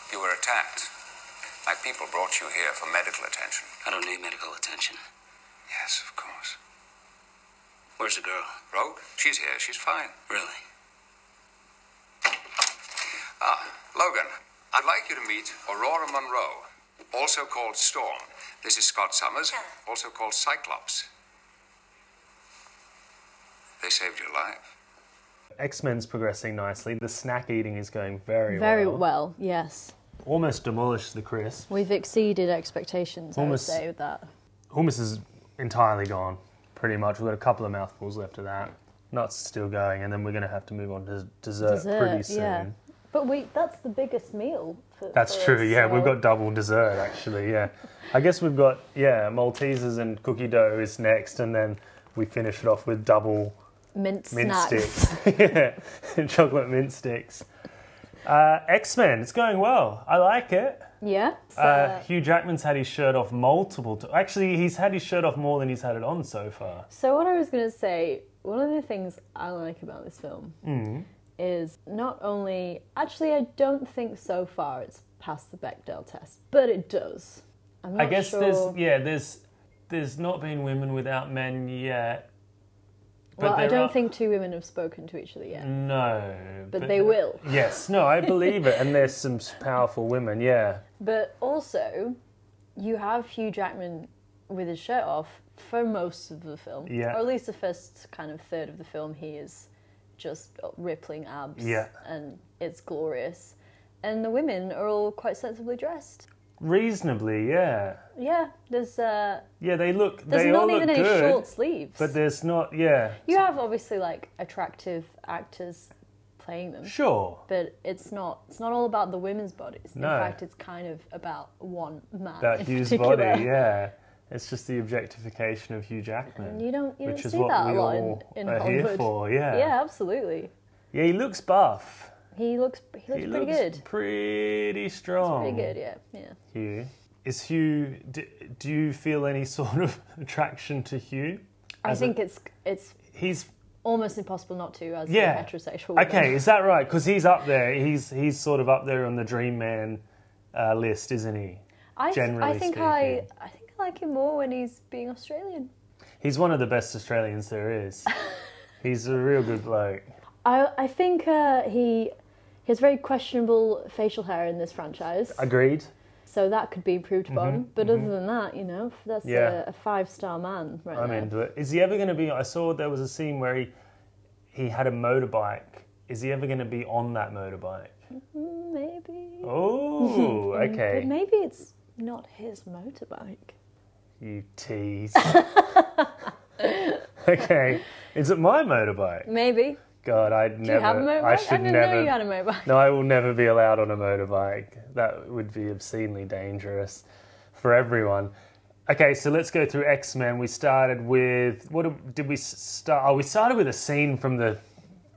[SPEAKER 3] You were attacked. My people brought you here for medical attention.
[SPEAKER 4] I don't need medical attention.
[SPEAKER 3] Yes, of course.
[SPEAKER 4] Where's the girl?
[SPEAKER 3] Rogue? She's here. She's fine.
[SPEAKER 4] Really?
[SPEAKER 3] Ah, Logan, I'd like you to meet Aurora Monroe, also called Storm. This is Scott Summers, also called Cyclops. They saved your life.
[SPEAKER 1] X Men's progressing nicely. The snack eating is going very,
[SPEAKER 2] very
[SPEAKER 1] well.
[SPEAKER 2] well. Yes,
[SPEAKER 1] Almost demolished the crisp.
[SPEAKER 2] we've exceeded expectations.
[SPEAKER 1] Almost- uh,
[SPEAKER 2] I would say with that.
[SPEAKER 1] hummus is entirely gone, pretty much. We've got a couple of mouthfuls left of that. Nuts still going, and then we're going to have to move on to dessert, pretty soon.
[SPEAKER 2] yeah. But we—that's the biggest meal. For,
[SPEAKER 1] That's
[SPEAKER 2] for
[SPEAKER 1] true,
[SPEAKER 2] us, uh,
[SPEAKER 1] yeah. We've
[SPEAKER 2] so-
[SPEAKER 1] got double dessert, actually, yeah. I guess we've got, yeah, Maltesers and cookie dough is next, and then we finish it off with double
[SPEAKER 2] mint,
[SPEAKER 1] mint
[SPEAKER 2] snacks.
[SPEAKER 1] sticks. yeah, chocolate mint sticks. Uh, X Men, it's going well. I like it.
[SPEAKER 2] Yeah. So,
[SPEAKER 1] Uh, Hugh Jackman's had his shirt off multiple times. Actually, he's had his shirt off more than he's had it on so far.
[SPEAKER 2] So what I was going to say, one of the things I like about this film
[SPEAKER 1] Mm.
[SPEAKER 2] is not only actually I don't think so far it's passed the Bechdel test, but it does. I'm
[SPEAKER 1] I
[SPEAKER 2] not
[SPEAKER 1] guess
[SPEAKER 2] sure.
[SPEAKER 1] there's yeah there's there's not been women without men yet.
[SPEAKER 2] well, I
[SPEAKER 1] there
[SPEAKER 2] don't
[SPEAKER 1] are- Mm.
[SPEAKER 2] think two women have spoken to each other yet,
[SPEAKER 1] no,
[SPEAKER 2] but they will.
[SPEAKER 1] Yes, no, I believe it, and there's some s- powerful women. Yeah,
[SPEAKER 2] But also, you have Hugh Jackman with his shirt off for most of the film,
[SPEAKER 1] Yeah.
[SPEAKER 2] or at least the first kind of third of the film. He is just rippling abs,
[SPEAKER 1] Yeah.
[SPEAKER 2] and it's glorious. And the women are all quite sensibly dressed.
[SPEAKER 1] reasonably, yeah,
[SPEAKER 2] Yeah, there's uh,
[SPEAKER 1] yeah. They look.
[SPEAKER 2] there's
[SPEAKER 1] they
[SPEAKER 2] not
[SPEAKER 1] all
[SPEAKER 2] even
[SPEAKER 1] look
[SPEAKER 2] any
[SPEAKER 1] good,
[SPEAKER 2] short sleeves.
[SPEAKER 1] but there's not. Yeah,
[SPEAKER 2] you have obviously like attractive actors playing them.
[SPEAKER 1] Sure.
[SPEAKER 2] But it's not it's not all about the women's bodies.
[SPEAKER 1] No.
[SPEAKER 2] In fact, it's kind of about one man.
[SPEAKER 1] About
[SPEAKER 2] in
[SPEAKER 1] Hugh's
[SPEAKER 2] particular.
[SPEAKER 1] body, yeah. It's just the objectification of Hugh Jackman.
[SPEAKER 2] You don't you
[SPEAKER 1] which
[SPEAKER 2] don't
[SPEAKER 1] is
[SPEAKER 2] see
[SPEAKER 1] what
[SPEAKER 2] that a
[SPEAKER 1] we
[SPEAKER 2] lot in,
[SPEAKER 1] all
[SPEAKER 2] in
[SPEAKER 1] are
[SPEAKER 2] Hollywood.
[SPEAKER 1] here for, yeah.
[SPEAKER 2] Yeah, absolutely.
[SPEAKER 1] Yeah, he looks buff.
[SPEAKER 2] He looks he
[SPEAKER 1] he
[SPEAKER 2] looks pretty
[SPEAKER 1] looks
[SPEAKER 2] good.
[SPEAKER 1] pretty strong.
[SPEAKER 2] Pretty good, yeah, yeah.
[SPEAKER 1] Hugh. Is Hugh? Do, do you feel any sort of attraction to Hugh?
[SPEAKER 2] I
[SPEAKER 1] As a-
[SPEAKER 2] think it's it's
[SPEAKER 1] He's
[SPEAKER 2] almost impossible not to as
[SPEAKER 1] yeah
[SPEAKER 2] a heterosexual. woman.
[SPEAKER 1] Okay, is that right? Because he's up there. He's he's sort of up there on the dream man uh, list, isn't he?
[SPEAKER 2] I,
[SPEAKER 1] generally
[SPEAKER 2] I think I
[SPEAKER 1] speaking.
[SPEAKER 2] I think I like him more when he's being Australian.
[SPEAKER 1] He's one of the best Australians there is. he's a real good bloke.
[SPEAKER 2] I I think uh, he he has very questionable facial hair in this franchise,
[SPEAKER 1] Agreed.
[SPEAKER 2] so that could be improved upon. But other than that, you know, that's
[SPEAKER 1] Mm-hmm, Yeah.
[SPEAKER 2] a, a five star man right
[SPEAKER 1] I'm
[SPEAKER 2] there.
[SPEAKER 1] into it. Is he ever going to be? I saw there was a scene where he he had a motorbike. Is he ever going to be on that motorbike?
[SPEAKER 2] Maybe,
[SPEAKER 1] Oh,
[SPEAKER 2] but
[SPEAKER 1] okay.
[SPEAKER 2] maybe it's not his motorbike.
[SPEAKER 1] You tease. okay, is it my motorbike?
[SPEAKER 2] Maybe.
[SPEAKER 1] God, I'd
[SPEAKER 2] Do
[SPEAKER 1] never.
[SPEAKER 2] you have a motorbike?
[SPEAKER 1] I should
[SPEAKER 2] didn't
[SPEAKER 1] never.
[SPEAKER 2] know you had a motorbike.
[SPEAKER 1] No, I will never be allowed on a motorbike. That would be obscenely dangerous for everyone. Okay, so let's go through X Men. We started with what do- did we s- start? Oh, we started with a scene from the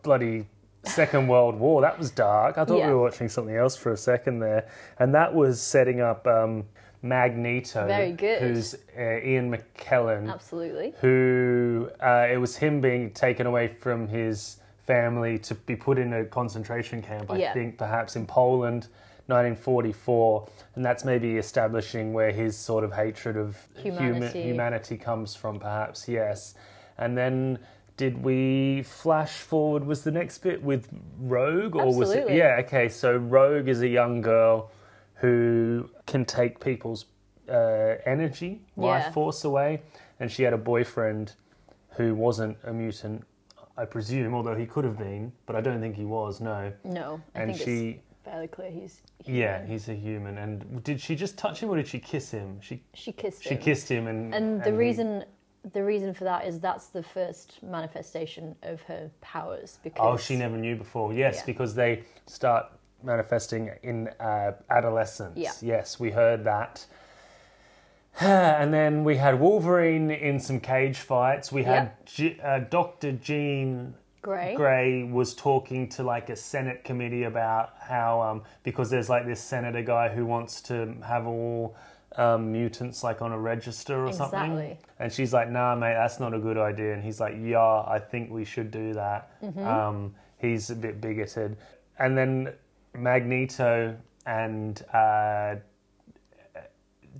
[SPEAKER 1] bloody Second World War. That was dark. I thought
[SPEAKER 2] Yeah.
[SPEAKER 1] we were watching something else for a second there, and that was setting up um, Magneto.
[SPEAKER 2] Very good.
[SPEAKER 1] Who's uh, Ian McKellen?
[SPEAKER 2] Absolutely.
[SPEAKER 1] who uh, it was him being taken away from his family to be put in a concentration camp, I
[SPEAKER 2] Yeah.
[SPEAKER 1] think, perhaps in Poland. 1944, and that's maybe establishing where his sort of hatred of
[SPEAKER 2] Humanity.
[SPEAKER 1] humanity comes from, perhaps, yes. And then did we flash forward? Was the next bit with Rogue, or was it?
[SPEAKER 2] Absolutely.
[SPEAKER 1] Yeah, okay, so Rogue is a young girl who can take people's uh, energy, life
[SPEAKER 2] Yeah.
[SPEAKER 1] force away, and she had a boyfriend who wasn't a mutant, I presume, although he could have been, but I don't think he was. No,
[SPEAKER 2] No, I
[SPEAKER 1] and
[SPEAKER 2] think
[SPEAKER 1] she,
[SPEAKER 2] it's fairly clear he's.
[SPEAKER 1] yeah, he's a human. And did she just touch him, or did she kiss him? She
[SPEAKER 2] She kissed
[SPEAKER 1] she
[SPEAKER 2] him.
[SPEAKER 1] kissed him, and
[SPEAKER 2] And the
[SPEAKER 1] he-
[SPEAKER 2] reason the reason for that is that's the first manifestation of her powers
[SPEAKER 1] Oh,
[SPEAKER 2] because
[SPEAKER 1] she never knew before. Yes,
[SPEAKER 2] Yeah.
[SPEAKER 1] because they start manifesting in uh, adolescence.
[SPEAKER 2] Yeah.
[SPEAKER 1] Yes, we heard that. And then we had Wolverine in some cage fights. We had G- uh, Dr. Jean
[SPEAKER 2] Grey.
[SPEAKER 1] Gray was talking to like a Senate committee about how um, because there's like this senator guy who wants to have all um, mutants like on a register or something.
[SPEAKER 2] Exactly.
[SPEAKER 1] And she's like, "Nah, mate, that's not a good idea." And he's like, "Yeah, I think we should do that." Um, he's a bit bigoted. And then Magneto and uh,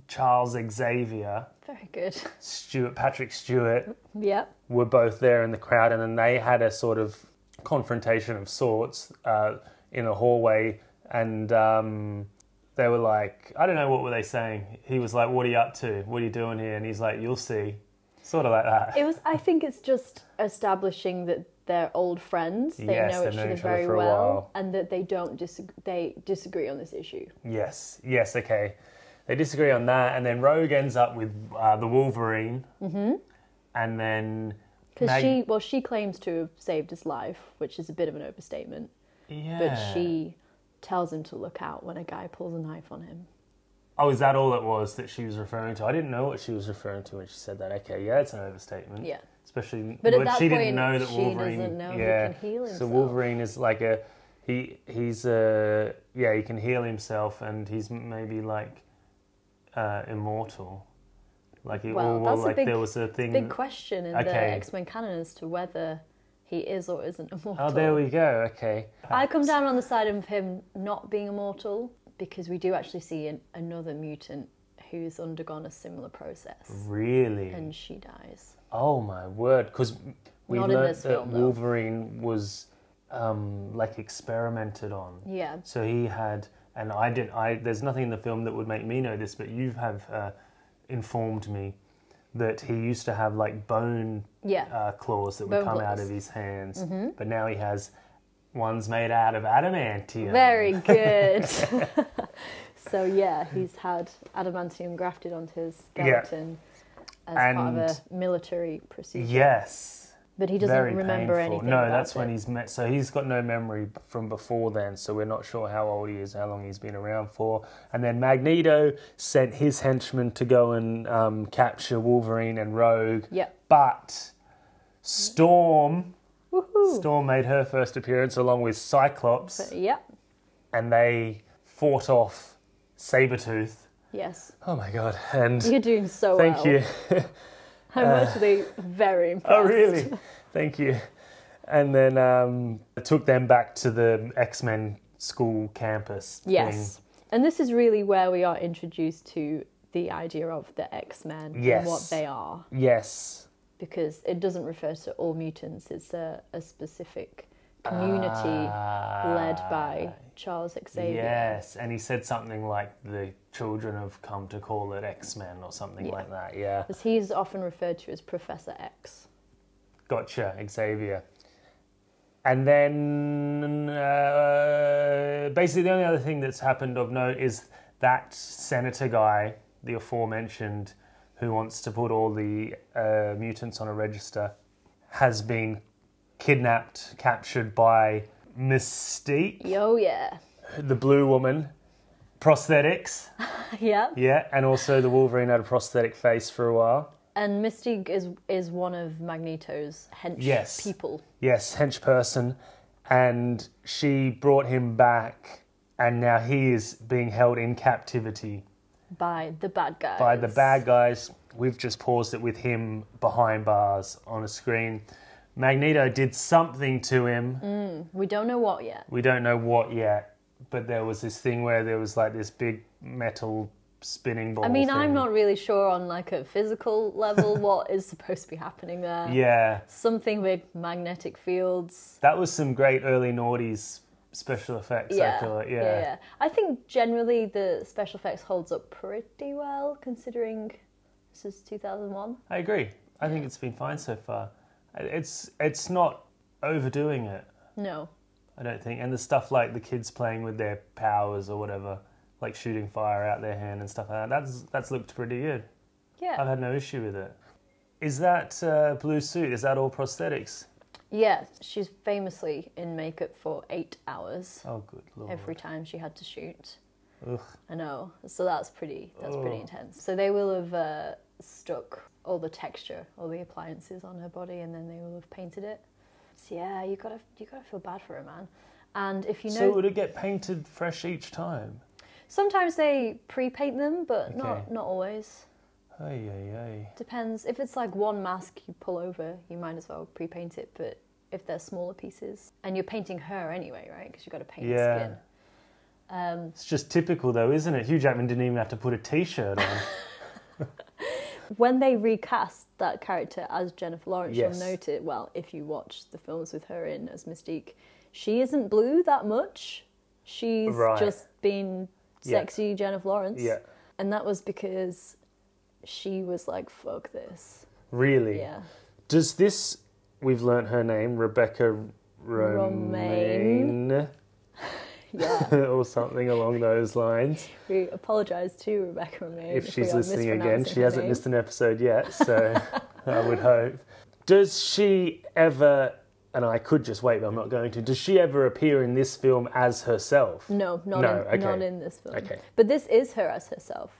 [SPEAKER 1] Charles Xavier,
[SPEAKER 2] Very good.
[SPEAKER 1] Stewart, Patrick Stewart,
[SPEAKER 2] Yep.
[SPEAKER 1] were both there in the crowd, and then they had a sort of confrontation of sorts uh, in a hallway, and um, they were like, I don't know what were they saying. He was like, "What are you up to? What are you doing here?" And he's like, "You'll see," sort of like that.
[SPEAKER 2] It was. I think it's just establishing that they're old friends. They
[SPEAKER 1] Yes,
[SPEAKER 2] know
[SPEAKER 1] they've
[SPEAKER 2] each
[SPEAKER 1] known
[SPEAKER 2] other
[SPEAKER 1] each other
[SPEAKER 2] very
[SPEAKER 1] for a while.
[SPEAKER 2] well, and that they don't disagree. They disagree on this issue.
[SPEAKER 1] Yes, yes, okay. They disagree on that, and then Rogue ends up with uh, the Wolverine, mm-hmm. and then
[SPEAKER 2] Because
[SPEAKER 1] Mag-
[SPEAKER 2] she, well, she claims to have saved his life, which is a bit of an overstatement.
[SPEAKER 1] yeah.
[SPEAKER 2] But she tells him to look out when a guy pulls a knife on him.
[SPEAKER 1] Oh, is that all it was that she was referring to? I didn't know what she was referring to when she said that. Okay, yeah, it's an overstatement.
[SPEAKER 2] Yeah.
[SPEAKER 1] Especially,
[SPEAKER 2] But at
[SPEAKER 1] well,
[SPEAKER 2] that
[SPEAKER 1] she didn't
[SPEAKER 2] point,
[SPEAKER 1] know that
[SPEAKER 2] she
[SPEAKER 1] Wolverine.
[SPEAKER 2] doesn't know he
[SPEAKER 1] yeah.
[SPEAKER 2] can heal
[SPEAKER 1] So
[SPEAKER 2] himself.
[SPEAKER 1] Wolverine is like a, he he's a yeah he can heal himself and he's maybe like, uh, immortal, like it
[SPEAKER 2] Well,
[SPEAKER 1] all
[SPEAKER 2] that's a
[SPEAKER 1] like
[SPEAKER 2] big-
[SPEAKER 1] there was a thing.
[SPEAKER 2] Big question in the
[SPEAKER 1] Okay.
[SPEAKER 2] X Men canon as to whether he is or isn't immortal.
[SPEAKER 1] oh, there we go. Okay.
[SPEAKER 2] I come down on the side of him not being immortal because we do actually see an, another mutant who's undergone a similar process
[SPEAKER 1] Really.
[SPEAKER 2] and she dies.
[SPEAKER 1] Oh my word! Because we
[SPEAKER 2] Not in
[SPEAKER 1] learned
[SPEAKER 2] this
[SPEAKER 1] that
[SPEAKER 2] film, though.
[SPEAKER 1] Wolverine was um, like experimented on.
[SPEAKER 2] Yeah.
[SPEAKER 1] So he had, and I didn't. I there's nothing in the film that would make me know this, but you have uh, informed me that he used to have like bone
[SPEAKER 2] Yeah.
[SPEAKER 1] uh, claws that would
[SPEAKER 2] Bone
[SPEAKER 1] come out
[SPEAKER 2] claws. Mm-hmm.
[SPEAKER 1] of his hands, but now he has ones made out of adamantium.
[SPEAKER 2] Very good. so yeah, he's had adamantium grafted onto his
[SPEAKER 1] Yeah.
[SPEAKER 2] skeleton as
[SPEAKER 1] And-
[SPEAKER 2] part of a military procedure.
[SPEAKER 1] Yes.
[SPEAKER 2] but he doesn't
[SPEAKER 1] Very
[SPEAKER 2] remember
[SPEAKER 1] painful.
[SPEAKER 2] anything.
[SPEAKER 1] No,
[SPEAKER 2] about
[SPEAKER 1] that's when
[SPEAKER 2] it.
[SPEAKER 1] he's met. So he's got no memory from before then. So we're not sure how old he is, how long he's been around for. And then Magneto sent his henchmen to go and um, capture Wolverine and Rogue.
[SPEAKER 2] Yep.
[SPEAKER 1] But Storm,
[SPEAKER 2] Woohoo!
[SPEAKER 1] Storm made her first appearance along with Cyclops,
[SPEAKER 2] Yep.
[SPEAKER 1] and they fought off Sabretooth.
[SPEAKER 2] Yes.
[SPEAKER 1] Oh my god! And
[SPEAKER 2] You're doing so
[SPEAKER 1] thank
[SPEAKER 2] well.
[SPEAKER 1] you. Uh,
[SPEAKER 2] I'm actually very impressed.
[SPEAKER 1] Oh, really? Thank you. And then um, I took them back to the X Men school campus. thing.
[SPEAKER 2] Yes. And this is really where we are introduced to the idea of the X Men
[SPEAKER 1] Yes.
[SPEAKER 2] and what they are,
[SPEAKER 1] Yes.
[SPEAKER 2] because it doesn't refer to all mutants. It's a, a specific community led by Charles Xavier.
[SPEAKER 1] Ah. Yes. And he said something like, the children have come to call it X Men or something
[SPEAKER 2] Yeah.
[SPEAKER 1] like that. Yeah.
[SPEAKER 2] 'Cause he's often referred to as Professor X.
[SPEAKER 1] Gotcha, Xavier. And then uh, basically, the only other thing that's happened of note is that senator guy, the aforementioned, who wants to put all the uh, mutants on a register, has been kidnapped, captured by Mystique,
[SPEAKER 2] Yo, Oh, yeah.
[SPEAKER 1] the blue woman, prosthetics,
[SPEAKER 2] yeah.
[SPEAKER 1] yeah, and also the Wolverine had a prosthetic face for a while.
[SPEAKER 2] And Mystique is is one of Magneto's hench
[SPEAKER 1] Yes.
[SPEAKER 2] people.
[SPEAKER 1] Yes, henchperson. And she brought him back, and now he is being held in captivity
[SPEAKER 2] by the bad guys.
[SPEAKER 1] by the bad guys. We've just paused it with him behind bars on a screen. Magneto did something to him.
[SPEAKER 2] Mm. We don't know what yet.
[SPEAKER 1] We don't know what yet, but there was this thing where there was like this big metal spinning ball.
[SPEAKER 2] I mean, I'm
[SPEAKER 1] thing.
[SPEAKER 2] not really sure on like a physical level what is supposed to be happening there.
[SPEAKER 1] Yeah,
[SPEAKER 2] Something with magnetic fields.
[SPEAKER 1] that was some great early noughties special effects. I thought, yeah,
[SPEAKER 2] I think generally the special effects holds up pretty well considering this is 2001.
[SPEAKER 1] I agree. I think it's been fine so far. It's it's not overdoing it,
[SPEAKER 2] No.
[SPEAKER 1] I don't think. And the stuff like the kids playing with their powers or whatever, like shooting fire out their hand and stuff like that. That's that's looked pretty good. I've
[SPEAKER 2] Yeah.
[SPEAKER 1] had no issue with it. Is that uh, blue suit? Is that all prosthetics?
[SPEAKER 2] Yeah, she's famously in makeup for 8 hours
[SPEAKER 1] Oh, good lord.
[SPEAKER 2] every time she had to shoot.
[SPEAKER 1] Ugh. Oh.
[SPEAKER 2] I know. So that's pretty. That's pretty intense. So they will have uh, stuck all the texture, all the appliances on her body, and then they will have painted it. So yeah, you gotta you gotta feel bad for her, man. And if you know,
[SPEAKER 1] So would it get painted fresh each time?
[SPEAKER 2] sometimes they pre-paint them, but not
[SPEAKER 1] Okay.
[SPEAKER 2] not always.
[SPEAKER 1] Ay, ay, ay.
[SPEAKER 2] Depends. If it's like one mask you pull over, you might as well pre-paint it. But if they're smaller pieces, and you're painting her anyway, right? Because you gotta paint
[SPEAKER 1] Yeah.
[SPEAKER 2] the skin.
[SPEAKER 1] It's just typical though, isn't it? Hugh Jackman didn't even have to put a t-shirt on.
[SPEAKER 2] when they recast that character as Jennifer Lawrence,
[SPEAKER 1] Yes.
[SPEAKER 2] you'll note it. Well, if you watch the films with her in as Mystique, she isn't blue that much. She's
[SPEAKER 1] Right.
[SPEAKER 2] just been
[SPEAKER 1] Yeah.
[SPEAKER 2] sexy Jennifer Lawrence.
[SPEAKER 1] Yeah.
[SPEAKER 2] And that was because she was like, fuck this.
[SPEAKER 1] really?
[SPEAKER 2] Yeah.
[SPEAKER 1] Does this? We've learnt her name, Rebecca
[SPEAKER 2] Romaine.
[SPEAKER 1] Romaine,
[SPEAKER 2] Yeah.
[SPEAKER 1] or something along those lines.
[SPEAKER 2] we apologise to Rebecca Romaine.
[SPEAKER 1] If
[SPEAKER 2] we
[SPEAKER 1] she's
[SPEAKER 2] are
[SPEAKER 1] listening again,
[SPEAKER 2] mispronouncing
[SPEAKER 1] she
[SPEAKER 2] her
[SPEAKER 1] hasn't
[SPEAKER 2] name.
[SPEAKER 1] missed an episode yet, so I would hope. Does she ever? And I could just wait, but I'm not going to. Does she ever appear in this film as herself?
[SPEAKER 2] No, not,
[SPEAKER 1] No,
[SPEAKER 2] in, not
[SPEAKER 1] okay.
[SPEAKER 2] in this film.
[SPEAKER 1] Okay.
[SPEAKER 2] But this is her as herself.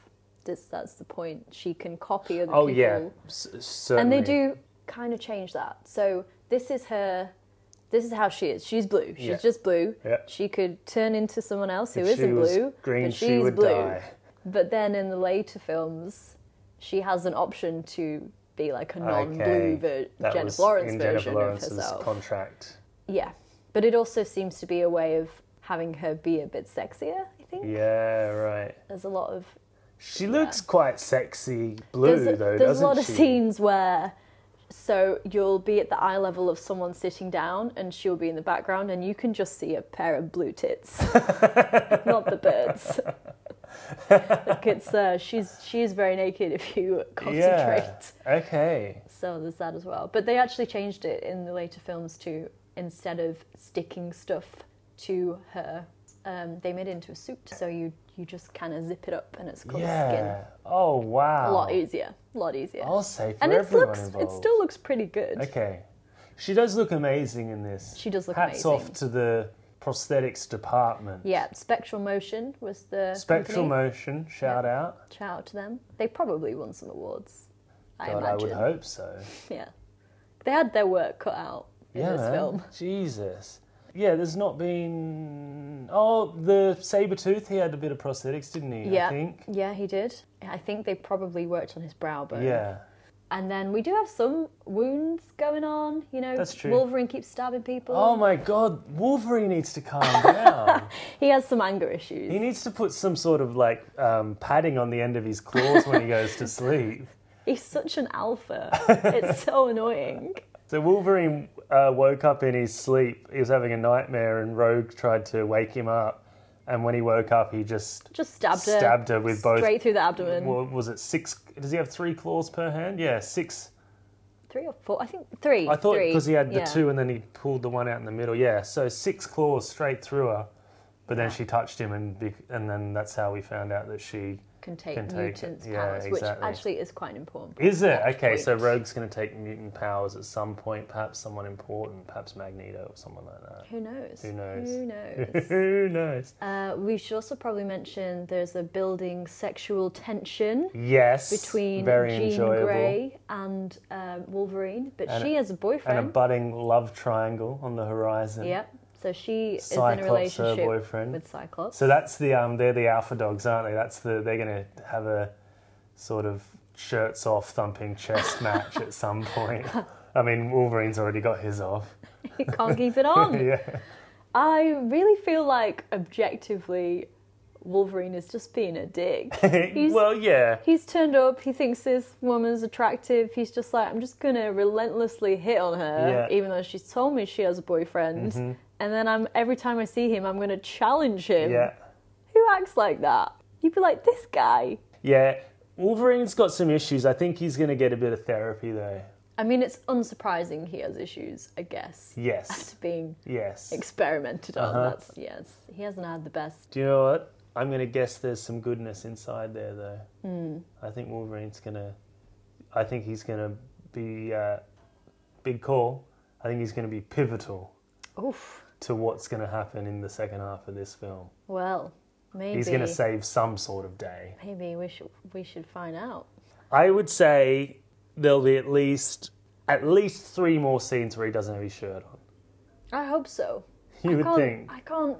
[SPEAKER 2] This, that's the point. She can copy other
[SPEAKER 1] Oh
[SPEAKER 2] people.
[SPEAKER 1] yeah, s- certainly.
[SPEAKER 2] and they do kind of change that. So this is her. This is how she is. She's blue. She's
[SPEAKER 1] Yeah.
[SPEAKER 2] just blue.
[SPEAKER 1] Yeah.
[SPEAKER 2] She could turn into someone else who
[SPEAKER 1] If she
[SPEAKER 2] not
[SPEAKER 1] was
[SPEAKER 2] blue.
[SPEAKER 1] green,
[SPEAKER 2] but
[SPEAKER 1] she
[SPEAKER 2] she's
[SPEAKER 1] would
[SPEAKER 2] blue.
[SPEAKER 1] die.
[SPEAKER 2] But then in the later films, she has an option to be like a non-blue
[SPEAKER 1] Okay,
[SPEAKER 2] ver-
[SPEAKER 1] That was
[SPEAKER 2] Jennifer Lawrence
[SPEAKER 1] in
[SPEAKER 2] version
[SPEAKER 1] Jennifer Lawrence's
[SPEAKER 2] of herself.
[SPEAKER 1] contract.
[SPEAKER 2] yeah, but it also seems to be a way of having her be a bit sexier. I think
[SPEAKER 1] Yeah, right.
[SPEAKER 2] there's a lot of
[SPEAKER 1] She looks quite sexy blue
[SPEAKER 2] there's a,
[SPEAKER 1] though,
[SPEAKER 2] there's
[SPEAKER 1] doesn't
[SPEAKER 2] a lot
[SPEAKER 1] she?
[SPEAKER 2] of scenes where so you'll be at the eye level of someone sitting down and she'll be in the background and you can just see a pair of blue tits not the birds like it's uh, she's she is very naked if you concentrate
[SPEAKER 1] Yeah. Okay.
[SPEAKER 2] so there's that as well but they actually changed it in the later films to instead of sticking stuff to her um, they made it into a suit so you you just kind of zip it up and it's called
[SPEAKER 1] yeah.
[SPEAKER 2] skin
[SPEAKER 1] Oh wow.
[SPEAKER 2] a lot easier a lot easier
[SPEAKER 1] I'll say for
[SPEAKER 2] and it
[SPEAKER 1] everyone
[SPEAKER 2] looks
[SPEAKER 1] involved.
[SPEAKER 2] it still looks pretty good
[SPEAKER 1] okay. She does look amazing in this.
[SPEAKER 2] She does look
[SPEAKER 1] Hats
[SPEAKER 2] amazing.
[SPEAKER 1] off to the prosthetics department.
[SPEAKER 2] Yeah, Spectral Motion was the
[SPEAKER 1] Spectral
[SPEAKER 2] company.
[SPEAKER 1] Motion, shout out.
[SPEAKER 2] Shout out to them. They probably won some awards. I
[SPEAKER 1] God, I
[SPEAKER 2] imagine.
[SPEAKER 1] would hope so.
[SPEAKER 2] Yeah, they had their work cut out in
[SPEAKER 1] yeah,
[SPEAKER 2] this
[SPEAKER 1] man.
[SPEAKER 2] film.
[SPEAKER 1] Jesus. Yeah, there's not been. Oh, the saber tooth. He had a bit of prosthetics, didn't he?
[SPEAKER 2] Yeah,
[SPEAKER 1] I think.
[SPEAKER 2] yeah, he did. I think they probably worked on his brow bone.
[SPEAKER 1] Yeah.
[SPEAKER 2] and then we do have some wounds going on. You know,
[SPEAKER 1] That's true.
[SPEAKER 2] Wolverine keeps stabbing people.
[SPEAKER 1] Oh my God, Wolverine needs to calm down.
[SPEAKER 2] He has some anger issues.
[SPEAKER 1] he needs to put some sort of like um, padding on the end of his claws when he goes to sleep.
[SPEAKER 2] He's such an alpha. it's so annoying.
[SPEAKER 1] So Wolverine uh, woke up in his sleep. He was having a nightmare, and Rogue tried to wake him up. And when he woke up, he just
[SPEAKER 2] Just stabbed her.
[SPEAKER 1] Stabbed her with both-
[SPEAKER 2] Straight through the abdomen.
[SPEAKER 1] wa- was it six? Does he have three claws per hand? Yeah, six.
[SPEAKER 2] Three or four? I think three.
[SPEAKER 1] I thought
[SPEAKER 2] three.
[SPEAKER 1] because he had the
[SPEAKER 2] Yeah.
[SPEAKER 1] two and then he pulled the one out in the middle. Yeah, so six claws straight through her. But then she touched him, and bec- and then that's how we found out that she
[SPEAKER 2] Can take
[SPEAKER 1] can take it.
[SPEAKER 2] mutants'
[SPEAKER 1] Yeah,
[SPEAKER 2] powers,
[SPEAKER 1] exactly.
[SPEAKER 2] which actually is quite important.
[SPEAKER 1] is it. Okay, so
[SPEAKER 2] point.
[SPEAKER 1] Rogue's going to take mutant powers at some point. Perhaps someone important. Perhaps Magneto or someone like that.
[SPEAKER 2] Who knows?
[SPEAKER 1] Who knows?
[SPEAKER 2] Who knows?
[SPEAKER 1] Who knows?
[SPEAKER 2] uh, we should also probably mention there's a building sexual tension
[SPEAKER 1] Yes.
[SPEAKER 2] between
[SPEAKER 1] very
[SPEAKER 2] Jean
[SPEAKER 1] enjoyable.
[SPEAKER 2] Grey and um, Wolverine, but
[SPEAKER 1] And
[SPEAKER 2] she
[SPEAKER 1] a-
[SPEAKER 2] has a
[SPEAKER 1] And a
[SPEAKER 2] boyfriend.
[SPEAKER 1] budding love triangle on the horizon.
[SPEAKER 2] yep. So she is in a
[SPEAKER 1] Cyclops, her
[SPEAKER 2] relationship
[SPEAKER 1] boyfriend.
[SPEAKER 2] with Cyclops.
[SPEAKER 1] So that's the um, they're the alpha dogs, aren't they? That's the they're going to have a sort of shirts off thumping chest match at some point. I mean, Wolverine's already got his off.
[SPEAKER 2] you can't keep it on.
[SPEAKER 1] Yeah,
[SPEAKER 2] I really feel like objectively, Wolverine is just being a dick. He's,
[SPEAKER 1] well, yeah,
[SPEAKER 2] he's turned up. He thinks this woman's attractive. He's just like, I'm just gonna relentlessly hit on her,
[SPEAKER 1] Yeah. Mm-hmm.
[SPEAKER 2] even though she's told me she has a boyfriend. And then I'm every time I see him, I'm gonna challenge him.
[SPEAKER 1] yeah,
[SPEAKER 2] Who acts like that? You'd be like, this guy.
[SPEAKER 1] yeah. Wolverine's got some issues. I think he's going to get a bit of therapy though.
[SPEAKER 2] I mean, it's unsurprising he has issues. I guess
[SPEAKER 1] Hmm. Yes,
[SPEAKER 2] being
[SPEAKER 1] yes.
[SPEAKER 2] experimented on.
[SPEAKER 1] Uh-huh.
[SPEAKER 2] That's yes. He hasn't had the best.
[SPEAKER 1] Do you know what? I'm going to guess there's some goodness inside there though.
[SPEAKER 2] Hmm.
[SPEAKER 1] I think Wolverine's going to. I think he's going to be uh, big call. I think he's going to be pivotal.
[SPEAKER 2] Oof.
[SPEAKER 1] to what's going to happen in the second half of this film.
[SPEAKER 2] Well, maybe
[SPEAKER 1] He's going to save some sort of day.
[SPEAKER 2] Maybe we should we should find out.
[SPEAKER 1] I would say there'll be at least at least three more scenes where he doesn't have his shirt on.
[SPEAKER 2] I hope so.
[SPEAKER 1] You
[SPEAKER 2] I
[SPEAKER 1] would
[SPEAKER 2] can't,
[SPEAKER 1] think.
[SPEAKER 2] I can't.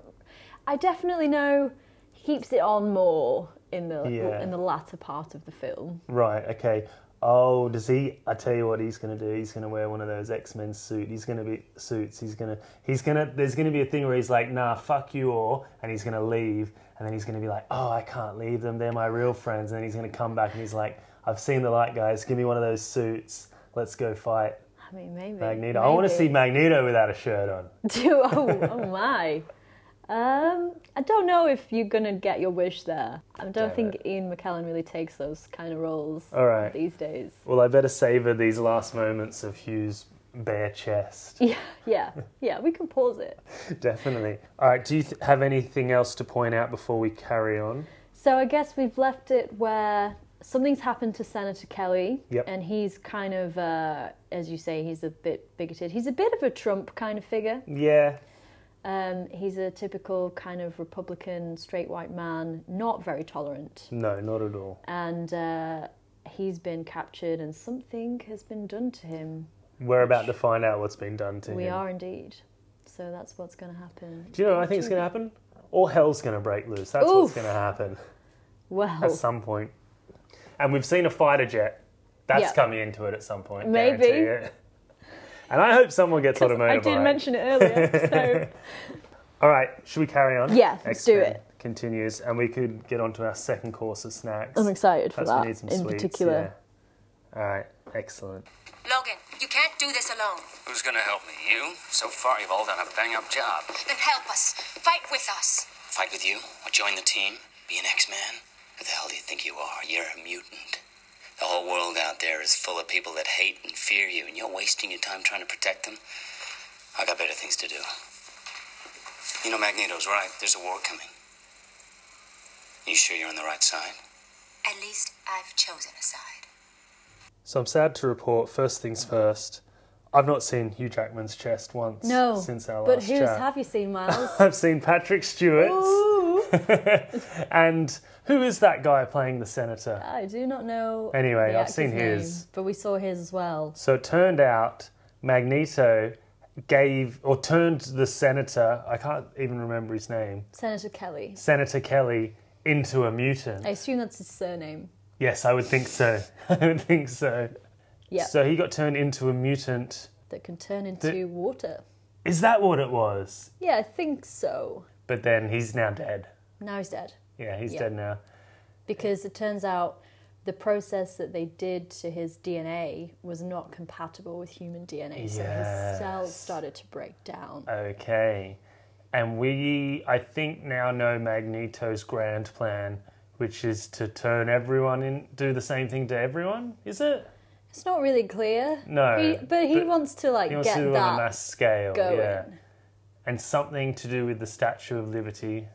[SPEAKER 2] I definitely know he keeps it on more in the
[SPEAKER 1] Yeah.
[SPEAKER 2] in the latter part of the film.
[SPEAKER 1] Right, okay. Oh, does he I tell you what he's going to do. He's going to wear one of those X-Men suit. He's going to be suits. He's going to he's going to there's going to be a thing where he's like, "Nah, fuck you all." And he's going to leave and then he's going to be like, "Oh, I can't leave them. They're my real friends." And then he's going to come back and he's like, "I've seen the light, guys. Give me one of those suits. Let's go fight."
[SPEAKER 2] I mean, maybe
[SPEAKER 1] Magneto. I want to see
[SPEAKER 2] maybe.
[SPEAKER 1] Magneto without a shirt on.
[SPEAKER 2] Do oh oh my. Um, I don't know if you're gonna get your wish there. I don't think Ian McKellen really takes those kind of roles
[SPEAKER 1] All right.
[SPEAKER 2] these days.
[SPEAKER 1] Well, I better savor these last moments of Hugh's bare chest.
[SPEAKER 2] Yeah, yeah, yeah. We can pause it.
[SPEAKER 1] Definitely. All right. Do you th- have anything else to point out before we carry on?
[SPEAKER 2] So I guess we've left it where something's happened to Senator Kelly,
[SPEAKER 1] Yep.
[SPEAKER 2] and he's kind of, uh, as you say, he's a bit bigoted. He's a bit of a Trump kind of figure.
[SPEAKER 1] Yeah.
[SPEAKER 2] Um, he's a typical kind of Republican, straight white man, not very tolerant,
[SPEAKER 1] No, not at all.
[SPEAKER 2] and uh, he's been captured, and something has been done to him.
[SPEAKER 1] We're about to find out what's been done to
[SPEAKER 2] We
[SPEAKER 1] him.
[SPEAKER 2] are indeed. So that's what's going to happen.
[SPEAKER 1] Do you know what I think is going to happen? All hell's going to break loose. That's what's
[SPEAKER 2] Oof.
[SPEAKER 1] going to happen
[SPEAKER 2] Well,
[SPEAKER 1] at some point. And we've seen a fighter jet. That's
[SPEAKER 2] Yeah.
[SPEAKER 1] coming into it at some point.
[SPEAKER 2] Maybe.
[SPEAKER 1] guarantee it. And I hope someone gets on a motorbike.
[SPEAKER 2] I did mention it earlier, so.
[SPEAKER 1] All right, should we carry on?
[SPEAKER 2] Yeah, let's do
[SPEAKER 1] X-Men
[SPEAKER 2] it.
[SPEAKER 1] Continues, and we could get onto our second course of snacks.
[SPEAKER 2] I'm excited for
[SPEAKER 1] Perhaps
[SPEAKER 2] that
[SPEAKER 1] we need some
[SPEAKER 2] in
[SPEAKER 1] sweets,
[SPEAKER 2] particular.
[SPEAKER 1] yeah. All right, excellent.
[SPEAKER 5] Logan, you can't do this alone.
[SPEAKER 4] Who's gonna help me? You? So far, you've all done a bang up job.
[SPEAKER 5] Then help us. Fight with us.
[SPEAKER 4] Fight with you? Or join the team? Be an X Man? Who the hell do you think you are? You're a mutant. The whole world out there is full of people that hate and fear you, and you're wasting your time trying to protect them? I got better things to do. You know, Magneto's right. There's a war coming. You sure you're on the right side?
[SPEAKER 5] At least I've chosen a side.
[SPEAKER 1] So I'm sad to report. First things first, I've not seen Hugh Jackman's chest once
[SPEAKER 2] No.
[SPEAKER 1] since our
[SPEAKER 2] but
[SPEAKER 1] last
[SPEAKER 2] whose
[SPEAKER 1] chat.
[SPEAKER 2] have you seen, Miles?
[SPEAKER 1] I've seen Patrick Stewart's.
[SPEAKER 2] Ooh,
[SPEAKER 1] and who is that guy playing the senator?
[SPEAKER 2] I do not know.
[SPEAKER 1] Anyway,
[SPEAKER 2] the
[SPEAKER 1] I've seen
[SPEAKER 2] actor's
[SPEAKER 1] his.
[SPEAKER 2] name, but we saw his as well.
[SPEAKER 1] So it turned out Magneto gave or turned the senator, I can't even remember his name,
[SPEAKER 2] Senator Kelly.
[SPEAKER 1] Senator Kelly into a mutant.
[SPEAKER 2] I assume that's his surname.
[SPEAKER 1] Yes, I would think so. I would think so.
[SPEAKER 2] Yeah,
[SPEAKER 1] So he got turned into a mutant.
[SPEAKER 2] that can turn into water.
[SPEAKER 1] Is that what it was?
[SPEAKER 2] Yeah, I think so.
[SPEAKER 1] But then he's now dead.
[SPEAKER 2] Now he's dead.
[SPEAKER 1] Yeah, he's
[SPEAKER 2] Yeah.
[SPEAKER 1] dead now.
[SPEAKER 2] because it turns out the process that they did to his DNA was not compatible with human DNA, so his cells
[SPEAKER 1] Yes.
[SPEAKER 2] started to break down.
[SPEAKER 1] Okay. And we, I think, now know Magneto's grand plan, which is to turn everyone in, do the same thing to everyone, is it?
[SPEAKER 2] It's not really clear.
[SPEAKER 1] No,
[SPEAKER 2] He- but he
[SPEAKER 1] but
[SPEAKER 2] wants to like
[SPEAKER 1] He wants
[SPEAKER 2] get
[SPEAKER 1] to do it on a
[SPEAKER 2] that.
[SPEAKER 1] mass scale,
[SPEAKER 2] going.
[SPEAKER 1] yeah. And something to do with the Statue of Liberty.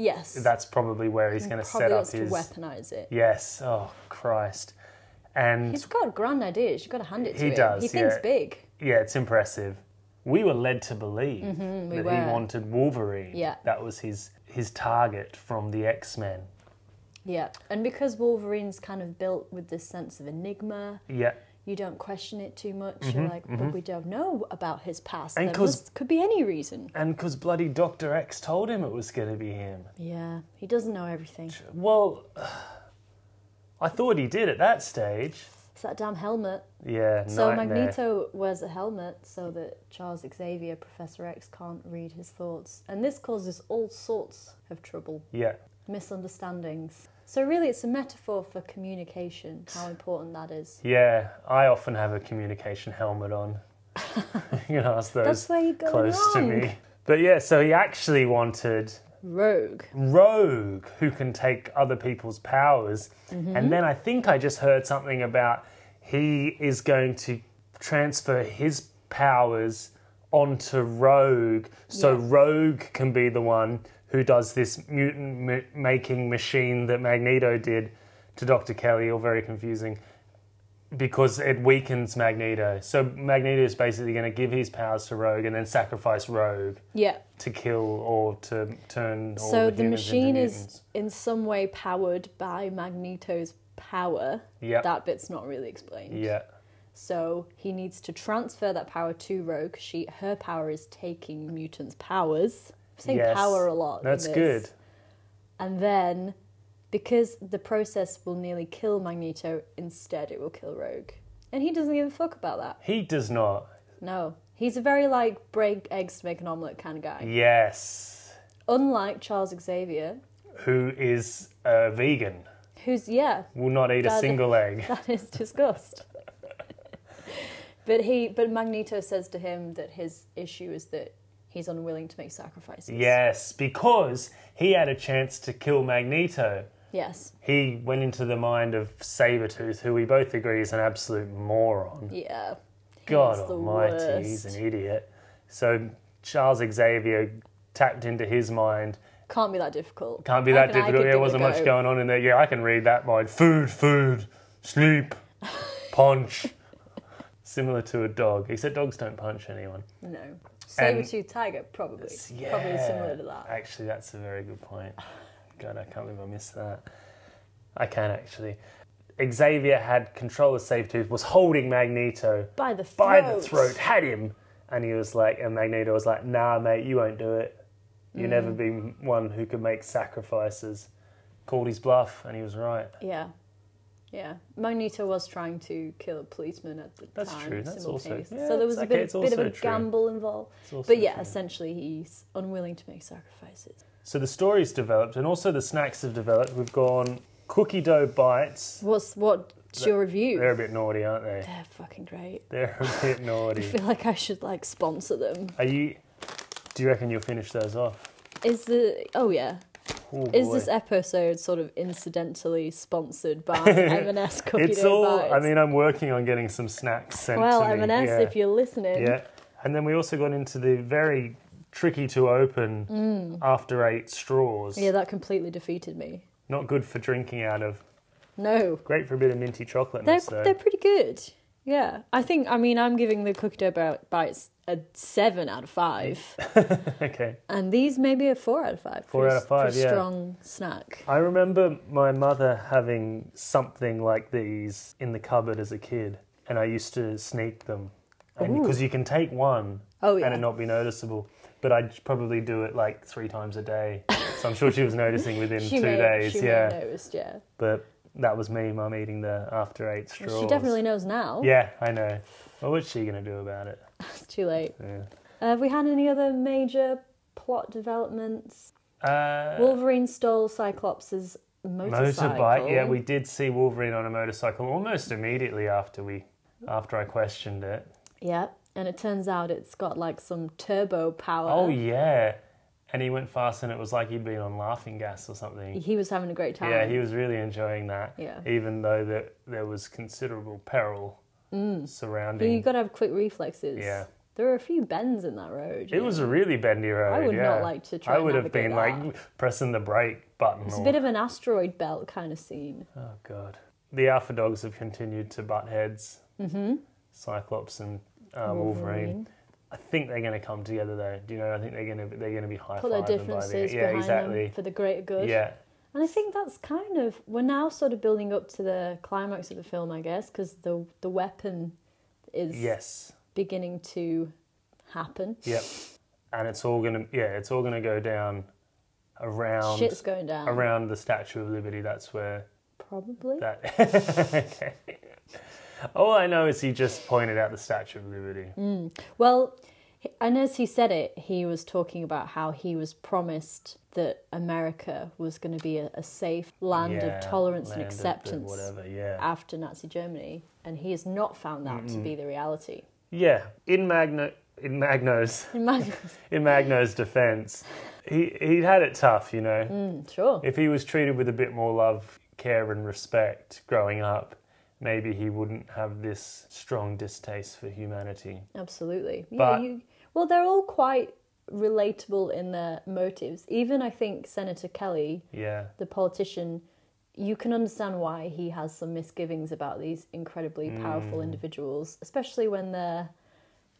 [SPEAKER 2] Yes,
[SPEAKER 1] That's probably where he's going to
[SPEAKER 2] probably
[SPEAKER 1] set up
[SPEAKER 2] wants to
[SPEAKER 1] his.
[SPEAKER 2] weaponize it.
[SPEAKER 1] Yes, oh, Christ. And
[SPEAKER 2] He's got grand ideas. You've got to hand it to
[SPEAKER 1] He
[SPEAKER 2] him.
[SPEAKER 1] does,
[SPEAKER 2] he thinks
[SPEAKER 1] yeah.
[SPEAKER 2] big.
[SPEAKER 1] yeah, it's impressive. We were led to believe that he
[SPEAKER 2] Mm-hmm, were.
[SPEAKER 1] wanted Wolverine.
[SPEAKER 2] Yeah.
[SPEAKER 1] That was his, his target from the X Men.
[SPEAKER 2] Yeah, and because Wolverine's kind of built with this sense of enigma,
[SPEAKER 1] Yeah.
[SPEAKER 2] you don't question it too much. You're like, but we don't know about his past.
[SPEAKER 1] Mm-hmm, And
[SPEAKER 2] there
[SPEAKER 1] 'cause-
[SPEAKER 2] must, could be any reason.
[SPEAKER 1] And because bloody Dr. X told him it was going to be him.
[SPEAKER 2] Yeah, he doesn't know everything.
[SPEAKER 1] Well, I thought he did at that stage.
[SPEAKER 2] It's that damn helmet.
[SPEAKER 1] Yeah,
[SPEAKER 2] So
[SPEAKER 1] nightmare.
[SPEAKER 2] Magneto wears a helmet so that Charles Xavier, Professor X, can't read his thoughts. And this causes all sorts of trouble,
[SPEAKER 1] Yeah,
[SPEAKER 2] misunderstandings. So, really, it's a metaphor for communication, how important that is.
[SPEAKER 1] yeah. I often have a communication helmet on. you can ask those
[SPEAKER 2] That's where you go
[SPEAKER 1] close to
[SPEAKER 2] wrong.
[SPEAKER 1] me. But yeah, so he actually wanted
[SPEAKER 2] Rogue.
[SPEAKER 1] Rogue, who can take other people's powers. And then I think I just heard something about he is going to transfer his powers onto Rogue, so
[SPEAKER 2] Yeah.
[SPEAKER 1] Rogue can be the one who does this mutant ma- making machine that Magneto did to Dr. Kelly, all very confusing. Because it weakens Magneto. So Magneto is basically going to give his powers to Rogue and then sacrifice Rogue
[SPEAKER 2] Yeah.
[SPEAKER 1] to kill or to turn. All
[SPEAKER 2] so,
[SPEAKER 1] the, humans
[SPEAKER 2] the
[SPEAKER 1] into
[SPEAKER 2] machine
[SPEAKER 1] mutants.
[SPEAKER 2] is in some way powered by Magneto's power.
[SPEAKER 1] Yep.
[SPEAKER 2] That bit's not really explained.
[SPEAKER 1] Yeah,
[SPEAKER 2] So he needs to transfer that power to Rogue. She her power is taking mutants' powers. I'm saying
[SPEAKER 1] Yes.
[SPEAKER 2] power a lot. in
[SPEAKER 1] That's
[SPEAKER 2] this.
[SPEAKER 1] good.
[SPEAKER 2] And then because the process will nearly kill Magneto, instead it will kill Rogue. And he doesn't give a fuck about that.
[SPEAKER 1] He does not.
[SPEAKER 2] No. He's a very like break eggs to make an omelette kind of guy.
[SPEAKER 1] Yes,
[SPEAKER 2] Unlike Charles Xavier,
[SPEAKER 1] who is a vegan?
[SPEAKER 2] who's yeah,
[SPEAKER 1] Will not eat a
[SPEAKER 2] Does-
[SPEAKER 1] single egg.
[SPEAKER 2] that is disgust. but he but Magneto says to him that his issue is that he's unwilling to make sacrifices.
[SPEAKER 1] Yes, because he had a chance to kill Magneto.
[SPEAKER 2] Yes.
[SPEAKER 1] He went into the mind of Sabretooth, who we both agree is an absolute moron.
[SPEAKER 2] Yeah.
[SPEAKER 1] God
[SPEAKER 2] is the
[SPEAKER 1] almighty, he's an idiot. So Charles Xavier tapped into his mind
[SPEAKER 2] Can't be that difficult.
[SPEAKER 1] Can't be
[SPEAKER 2] I
[SPEAKER 1] that
[SPEAKER 2] can- I
[SPEAKER 1] difficult.
[SPEAKER 2] could
[SPEAKER 1] There
[SPEAKER 2] give it
[SPEAKER 1] wasn't
[SPEAKER 2] a
[SPEAKER 1] much
[SPEAKER 2] go.
[SPEAKER 1] going on in there. Yeah, I can read that mind. Food, food, sleep, punch. Similar to a dog, except dogs don't punch anyone.
[SPEAKER 2] No.
[SPEAKER 1] And-
[SPEAKER 2] Saber-tooth tiger, probably.
[SPEAKER 1] Yeah.
[SPEAKER 2] Probably similar to that.
[SPEAKER 1] Actually, that's a very good point. God, I can't believe I missed that. I can actually. Xavier had control of Sabretooth, was holding Magneto
[SPEAKER 2] By the throat.
[SPEAKER 1] by the throat, had him, and he was like, and Magneto was like, "Nah, mate, you won't do it. You
[SPEAKER 2] Mm.
[SPEAKER 1] never been one who could make sacrifices." Called his bluff, and he was right.
[SPEAKER 2] Yeah. Yeah. Magneto was trying to kill a policeman at the
[SPEAKER 1] That's
[SPEAKER 2] time.
[SPEAKER 1] true, that's also-
[SPEAKER 2] simultaneously.
[SPEAKER 1] yeah,
[SPEAKER 2] so there was
[SPEAKER 1] it's
[SPEAKER 2] a
[SPEAKER 1] okay,
[SPEAKER 2] bit,
[SPEAKER 1] it's
[SPEAKER 2] bit of
[SPEAKER 1] also
[SPEAKER 2] a
[SPEAKER 1] true.
[SPEAKER 2] gamble involved.
[SPEAKER 1] also
[SPEAKER 2] But yeah,
[SPEAKER 1] true.
[SPEAKER 2] essentially he's unwilling to make sacrifices.
[SPEAKER 1] So the story's developed, and also the snacks have developed. We've gone cookie dough bites.
[SPEAKER 2] What's what's your review?
[SPEAKER 1] They're a
[SPEAKER 2] They're,
[SPEAKER 1] bit naughty, aren't they?
[SPEAKER 2] fucking great.
[SPEAKER 1] They're a bit
[SPEAKER 2] I
[SPEAKER 1] naughty.
[SPEAKER 2] feel like I should like sponsor them.
[SPEAKER 1] Are you? Do you reckon you'll finish those off?
[SPEAKER 2] Is the oh yeah.
[SPEAKER 1] Oh,
[SPEAKER 2] Is
[SPEAKER 1] boy.
[SPEAKER 2] this episode sort of incidentally sponsored by M&S Cookie
[SPEAKER 1] It's
[SPEAKER 2] Dough
[SPEAKER 1] all.
[SPEAKER 2] Bites?
[SPEAKER 1] I mean, I'm working on getting some snacks sent
[SPEAKER 2] well,
[SPEAKER 1] to me.
[SPEAKER 2] M&S,
[SPEAKER 1] yeah.
[SPEAKER 2] if you're listening,
[SPEAKER 1] Yeah, and then we also got into the very tricky to open after eight straws.
[SPEAKER 2] Mm. yeah, that completely defeated me.
[SPEAKER 1] Not good for drinking out of.
[SPEAKER 2] No,
[SPEAKER 1] Great for a bit of minty chocolate.
[SPEAKER 2] they're
[SPEAKER 1] though.
[SPEAKER 2] they're pretty good. Yeah, I think. I mean, I'm giving the cookie dough bi- bites a seven out of five,
[SPEAKER 1] Okay.
[SPEAKER 2] and these maybe a four out of five.
[SPEAKER 1] Four
[SPEAKER 2] for a
[SPEAKER 1] out
[SPEAKER 2] s-
[SPEAKER 1] of five,
[SPEAKER 2] for a
[SPEAKER 1] yeah.
[SPEAKER 2] Strong snack.
[SPEAKER 1] I remember my mother having something like these in the cupboard as a kid, and I used to sneak them because you can take one
[SPEAKER 2] Oh, yeah.
[SPEAKER 1] and it not be noticeable. But I'd probably do it like three times a day, so I'm sure she was noticing within
[SPEAKER 2] She
[SPEAKER 1] two
[SPEAKER 2] may-
[SPEAKER 1] days.
[SPEAKER 2] she may
[SPEAKER 1] yeah,
[SPEAKER 2] have noticed. Yeah,
[SPEAKER 1] but that was me, mum, eating the after eight straws.
[SPEAKER 2] she definitely knows now.
[SPEAKER 1] Yeah, I know. What was she gonna do about it?
[SPEAKER 2] It's too late.
[SPEAKER 1] Yeah.
[SPEAKER 2] Uh, have we had any other major plot developments?
[SPEAKER 1] Uh,
[SPEAKER 2] Wolverine stole Cyclops' motorcycle.
[SPEAKER 1] motorbike. Yeah, we did see Wolverine on a motorcycle almost immediately after we, after I questioned it.
[SPEAKER 2] Yeah, and it turns out it's got like some turbo power.
[SPEAKER 1] Oh yeah, and he went fast, and it was like he'd been on laughing gas or something.
[SPEAKER 2] He was having a great time.
[SPEAKER 1] Yeah, he was really enjoying that.
[SPEAKER 2] Yeah.
[SPEAKER 1] Even though that there was considerable peril
[SPEAKER 2] Mm.
[SPEAKER 1] surrounding.
[SPEAKER 2] You got to have quick reflexes.
[SPEAKER 1] Yeah.
[SPEAKER 2] There were a few bends in that road.
[SPEAKER 1] it was a really bendy road.
[SPEAKER 2] would
[SPEAKER 1] yeah.
[SPEAKER 2] not like to try
[SPEAKER 1] I
[SPEAKER 2] and
[SPEAKER 1] would have been
[SPEAKER 2] navigate
[SPEAKER 1] like pressing the brake button.
[SPEAKER 2] It's a
[SPEAKER 1] or-
[SPEAKER 2] bit of an asteroid belt kind of scene.
[SPEAKER 1] Oh god. The Alpha Dogs have continued to butt heads. Mm-hmm. Cyclops and uh, Wolverine. I think they're going to come together though. Do you know? I think they're going to they're going to be high
[SPEAKER 2] Put their
[SPEAKER 1] fiving by
[SPEAKER 2] differences
[SPEAKER 1] the yeah
[SPEAKER 2] behind
[SPEAKER 1] exactly
[SPEAKER 2] them for the greater good.
[SPEAKER 1] yeah
[SPEAKER 2] And I think that's kind of we're now sort of building up to the climax of the film, I guess, because the the weapon is
[SPEAKER 1] yes
[SPEAKER 2] beginning to happen.
[SPEAKER 1] yep. And it's all going to yeah it's all going to go down around
[SPEAKER 2] Shit's going down.
[SPEAKER 1] Um, around the Statue of Liberty. That's where
[SPEAKER 2] Probably.
[SPEAKER 1] that. okay. All I know is he just pointed out the Statue of Liberty.
[SPEAKER 2] Well, h- and as he said it, he was talking about how he was promised that America was going to be a, a safe land
[SPEAKER 1] Yeah,
[SPEAKER 2] of tolerance
[SPEAKER 1] land
[SPEAKER 2] and
[SPEAKER 1] of the
[SPEAKER 2] acceptance
[SPEAKER 1] Whatever. Yeah.
[SPEAKER 2] after Nazi Germany, and he has not found that to be the reality.
[SPEAKER 1] Yeah, in Magno, in Magno's, in Magno's defense, he he had it tough, you know.
[SPEAKER 2] Mm. sure.
[SPEAKER 1] If he was treated with a bit more love, care, and respect growing up, maybe he wouldn't have this strong distaste for humanity.
[SPEAKER 2] Absolutely. Yeah,
[SPEAKER 1] But-
[SPEAKER 2] you, well, they're all quite relatable in their motives. Even I think Senator Kelly,
[SPEAKER 1] Yeah,
[SPEAKER 2] the politician, you can understand why he has some misgivings about these incredibly
[SPEAKER 1] Mm.
[SPEAKER 2] powerful individuals, especially when they're